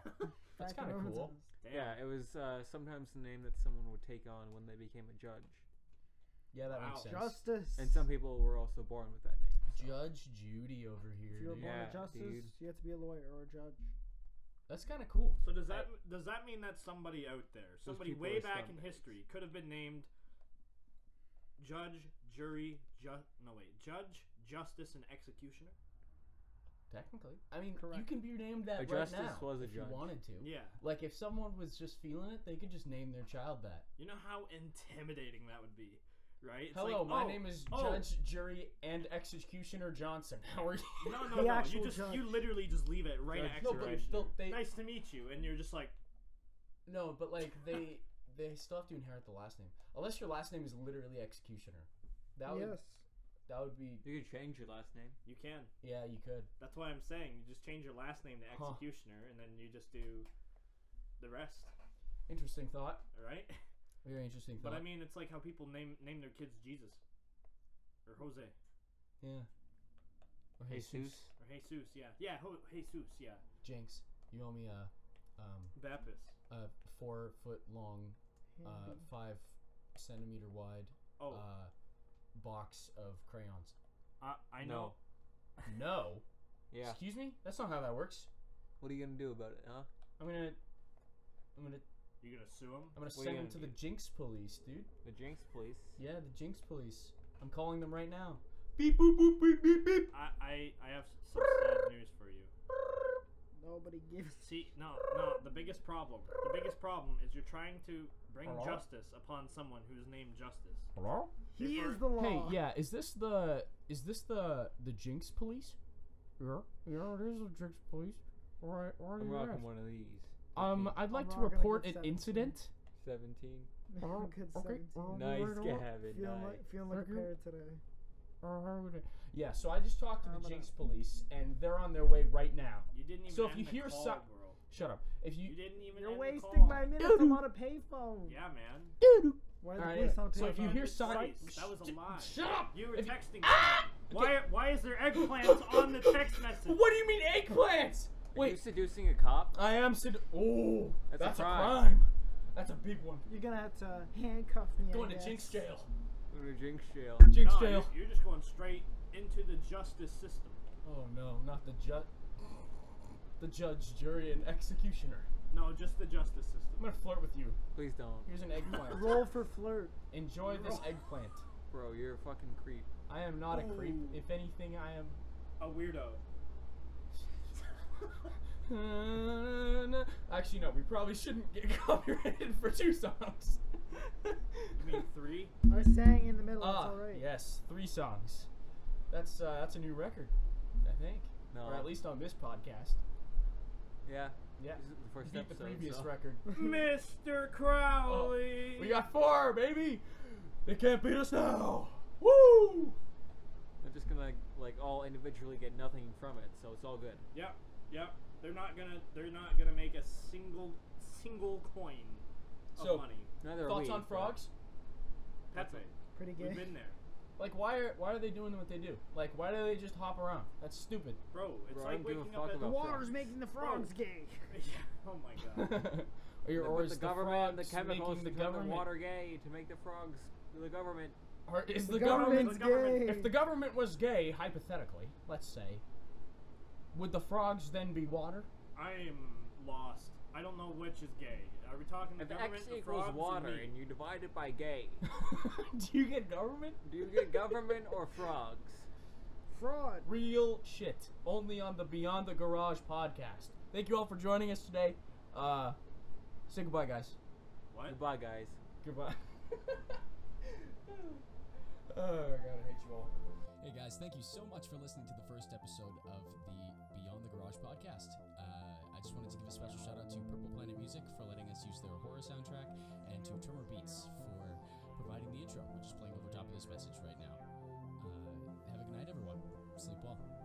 Speaker 1: That's
Speaker 3: Back in
Speaker 1: kind of
Speaker 3: Roman
Speaker 1: cool.
Speaker 3: times.
Speaker 2: Damn.
Speaker 4: yeah. It was uh, sometimes the name that someone would take on when they became a judge,
Speaker 1: Yeah, that makes
Speaker 2: Wow.
Speaker 1: sense.
Speaker 3: Justice.
Speaker 4: and some people were also born with that name. so-
Speaker 1: Judge Judy over
Speaker 3: If
Speaker 1: here.
Speaker 3: you were
Speaker 1: dude.
Speaker 3: born
Speaker 4: Yeah,
Speaker 3: a justice,
Speaker 4: dude.
Speaker 3: you have to be a lawyer or a judge.
Speaker 1: That's kind of cool.
Speaker 2: So does that does that mean that somebody out there, somebody
Speaker 4: people
Speaker 2: way
Speaker 4: are
Speaker 2: back in
Speaker 4: scumbags.
Speaker 2: history, could have been named judge, jury, ju- no wait, judge, justice, and executioner?
Speaker 1: Technically, I mean, you
Speaker 3: Correct.
Speaker 1: can be named that
Speaker 4: A
Speaker 1: right
Speaker 4: justice
Speaker 1: now
Speaker 4: was a
Speaker 1: if
Speaker 4: judge.
Speaker 1: you wanted to.
Speaker 2: Yeah.
Speaker 1: Like if someone was just feeling it, they could just name their child that.
Speaker 2: You know how intimidating that would be, right? It's
Speaker 1: Hello,
Speaker 2: like,
Speaker 1: my
Speaker 2: oh,
Speaker 1: name is
Speaker 2: oh.
Speaker 1: Judge, Jury, and Executioner Johnson. How are you?
Speaker 2: No, no,
Speaker 3: The
Speaker 2: no. You
Speaker 3: actual
Speaker 2: just
Speaker 3: judge.
Speaker 2: you literally just leave it right
Speaker 4: Judge
Speaker 2: at
Speaker 1: No,
Speaker 4: Jury.
Speaker 1: but
Speaker 2: execution.
Speaker 1: they'll- they,
Speaker 2: Nice to meet you, and you're just like,
Speaker 1: No, but like they they still have to inherit the last name, unless your last name is literally executioner. That would,
Speaker 3: yes.
Speaker 1: That would be
Speaker 4: You could change your last name.
Speaker 2: You can.
Speaker 1: yeah. You could.
Speaker 2: That's why I'm saying you just change your last name to
Speaker 1: Huh.
Speaker 2: Executioner, and then you just do the rest.
Speaker 1: Interesting thought.
Speaker 2: All right.
Speaker 1: Very interesting thought.
Speaker 2: But I mean, it's like how people name name their kids Jesus, or Jose, or
Speaker 1: yeah. Or
Speaker 2: Jesus. Yeah, yeah, Ho- Jesus. Yeah,
Speaker 1: Jinx, you owe me a um,
Speaker 2: Baptist.
Speaker 1: a four foot long, uh,
Speaker 3: Mm-hmm.
Speaker 1: five centimeter wide
Speaker 2: Oh,
Speaker 1: uh, box of crayons.
Speaker 2: I, I
Speaker 4: No.
Speaker 2: know.
Speaker 1: No.
Speaker 4: Yeah.
Speaker 1: Excuse me. That's not how that works.
Speaker 4: What are you gonna do about it, huh?
Speaker 1: I'm gonna. I'm gonna.
Speaker 2: You gonna sue him?
Speaker 1: I'm gonna
Speaker 4: What are you
Speaker 1: send them
Speaker 4: gonna
Speaker 1: to the Jinx police, dude.
Speaker 4: The Jinx police.
Speaker 1: Yeah, the Jinx police. I'm calling them right now. Beep boop boop beep beep beep.
Speaker 2: I, I, I have some sad news for you.
Speaker 3: Nobody gives.
Speaker 2: See, no, no. The biggest problem, the biggest problem is you're trying to bring
Speaker 1: Hello?
Speaker 2: justice upon someone who's named Justice.
Speaker 1: Hello.
Speaker 3: He
Speaker 2: Therefore-
Speaker 3: is the law.
Speaker 1: Hey, yeah, is this the is this the the Jinx police? Yeah, yeah, it is the Jinx police. All right, all right,
Speaker 4: I'm
Speaker 1: all right.
Speaker 4: rocking one of these.
Speaker 1: Um, I'd like to
Speaker 3: rocking a
Speaker 1: report
Speaker 3: good
Speaker 1: an
Speaker 3: 17.
Speaker 1: incident.
Speaker 4: Seventeen.
Speaker 1: Oh,
Speaker 3: Good
Speaker 1: okay.
Speaker 3: 17.
Speaker 1: Oh, right,
Speaker 4: Nice,
Speaker 1: all right.
Speaker 4: Gavin.
Speaker 3: Feeling
Speaker 4: Nice.
Speaker 3: like, feeling like a
Speaker 1: Very good.
Speaker 3: parrot today.
Speaker 1: All right, all right. Yeah, so I just talked to
Speaker 3: I'm
Speaker 1: the
Speaker 3: gonna-
Speaker 1: Jinx police, and they're on their way right now.
Speaker 2: You didn't even.
Speaker 1: So if
Speaker 2: end
Speaker 1: you
Speaker 2: the
Speaker 1: hear so-
Speaker 2: call, bro.
Speaker 1: Shut up. If
Speaker 2: you
Speaker 1: you.
Speaker 2: didn't even.
Speaker 3: You're
Speaker 2: end the
Speaker 3: wasting
Speaker 2: call.
Speaker 3: my minutes. I'm on a payphone.
Speaker 2: Yeah, man.
Speaker 3: Why are the
Speaker 1: All right,
Speaker 3: police on a
Speaker 1: so
Speaker 3: payphone?
Speaker 1: if you hear
Speaker 2: It's
Speaker 1: sign,
Speaker 2: nice. That was a
Speaker 1: Sh-
Speaker 2: lie.
Speaker 1: Shut up!
Speaker 2: You were
Speaker 1: If
Speaker 2: texting.
Speaker 1: Ah!
Speaker 2: someone. Why? Why is there eggplants on the text message?
Speaker 1: What do you mean eggplants?
Speaker 4: Wait, you
Speaker 1: Wait,
Speaker 4: seducing a cop?
Speaker 1: I am Sid. Oh,
Speaker 4: That's
Speaker 1: that's,
Speaker 4: a
Speaker 1: a,
Speaker 4: crime.
Speaker 1: crime. That's a big one.
Speaker 3: You're gonna have to handcuff me.
Speaker 1: Going
Speaker 3: I
Speaker 1: to
Speaker 3: guess.
Speaker 1: Jinx jail.
Speaker 4: Go to Jinx jail.
Speaker 1: Jinx
Speaker 2: No,
Speaker 1: jail.
Speaker 2: you're, you're just going straight into the justice system.
Speaker 1: Oh no, not the judge. The judge, jury, and executioner.
Speaker 2: No, just the justice
Speaker 1: I'm
Speaker 2: system.
Speaker 1: gonna flirt with you.
Speaker 4: Please don't,
Speaker 1: Here's an eggplant.
Speaker 3: Roll for flirt.
Speaker 1: Enjoy this eggplant.
Speaker 4: bro. You're a fucking creep.
Speaker 1: I am not a creep.
Speaker 3: Oh.
Speaker 2: Ooh.
Speaker 1: If anything, I am.
Speaker 2: A weirdo.
Speaker 1: Actually, no. We probably shouldn't get copyrighted for two songs.
Speaker 2: You mean three?
Speaker 3: I sang in the middle.
Speaker 1: ah,
Speaker 3: it's all right.
Speaker 1: yes, three songs. That's uh, that's a new record, I think,
Speaker 4: No.
Speaker 1: or at least on this podcast.
Speaker 4: Yeah.
Speaker 1: Yeah,
Speaker 4: This is the first
Speaker 1: beat the
Speaker 4: episode,
Speaker 1: previous
Speaker 4: so-
Speaker 1: record.
Speaker 2: Mr. Crowley.
Speaker 1: We Oh, got four, baby. They can't beat us now. Woo!
Speaker 4: I'm just gonna like all individually get nothing from it, so it's all good.
Speaker 2: Yep, yep. They're not gonna. They're not gonna make a single single coin of
Speaker 1: So-
Speaker 2: money.
Speaker 4: Neither are
Speaker 1: Thoughts
Speaker 4: we,
Speaker 1: on
Speaker 4: but-
Speaker 1: frogs?
Speaker 2: That's it.
Speaker 3: Pretty
Speaker 2: We've
Speaker 3: gay.
Speaker 2: been there,
Speaker 1: Like, why are why are they doing what they do? Like, why do they just hop around? That's stupid.
Speaker 2: bro. It's
Speaker 4: Bro, I
Speaker 2: like
Speaker 4: don't give a
Speaker 2: waking
Speaker 4: fuck
Speaker 2: up at
Speaker 4: about
Speaker 3: Water's
Speaker 4: frogs.
Speaker 3: making the frogs gay.
Speaker 2: Yeah, oh my
Speaker 1: or,
Speaker 2: god.
Speaker 1: your-
Speaker 4: But
Speaker 1: or
Speaker 4: the
Speaker 1: is
Speaker 4: government, the
Speaker 1: frogs
Speaker 4: chemicals,
Speaker 1: making
Speaker 4: the
Speaker 1: the government,
Speaker 4: water gay to make the frogs. The government.
Speaker 1: or is the,
Speaker 3: The
Speaker 1: government
Speaker 3: government's
Speaker 2: the government-
Speaker 3: gay.
Speaker 1: If the government was gay, hypothetically, let's say, would the frogs then be water?
Speaker 2: I am lost. I don't know which is gay. Are we talking the
Speaker 4: If
Speaker 2: government,
Speaker 4: X
Speaker 2: the
Speaker 4: equals
Speaker 2: frogs, or
Speaker 4: water
Speaker 2: me?
Speaker 4: and you divide it by gay,
Speaker 1: do you get government?
Speaker 4: do you get government or frogs?
Speaker 3: Fraud.
Speaker 1: Real shit. Only on the Beyond the Garage podcast. Thank you all for joining us today. Uh, say goodbye, guys.
Speaker 2: What?
Speaker 4: Goodbye, guys.
Speaker 1: Goodbye. oh, God, I hate you all.
Speaker 5: Hey guys, thank you so much for listening to the first episode of the Beyond the Garage podcast. Uh, I just wanted to give a special shout out to Purple Planet Music for letting us use their horror soundtrack and to Tremor Beats for providing the intro, which is playing over top of this message right now. Uh, have a good night, everyone. Sleep well.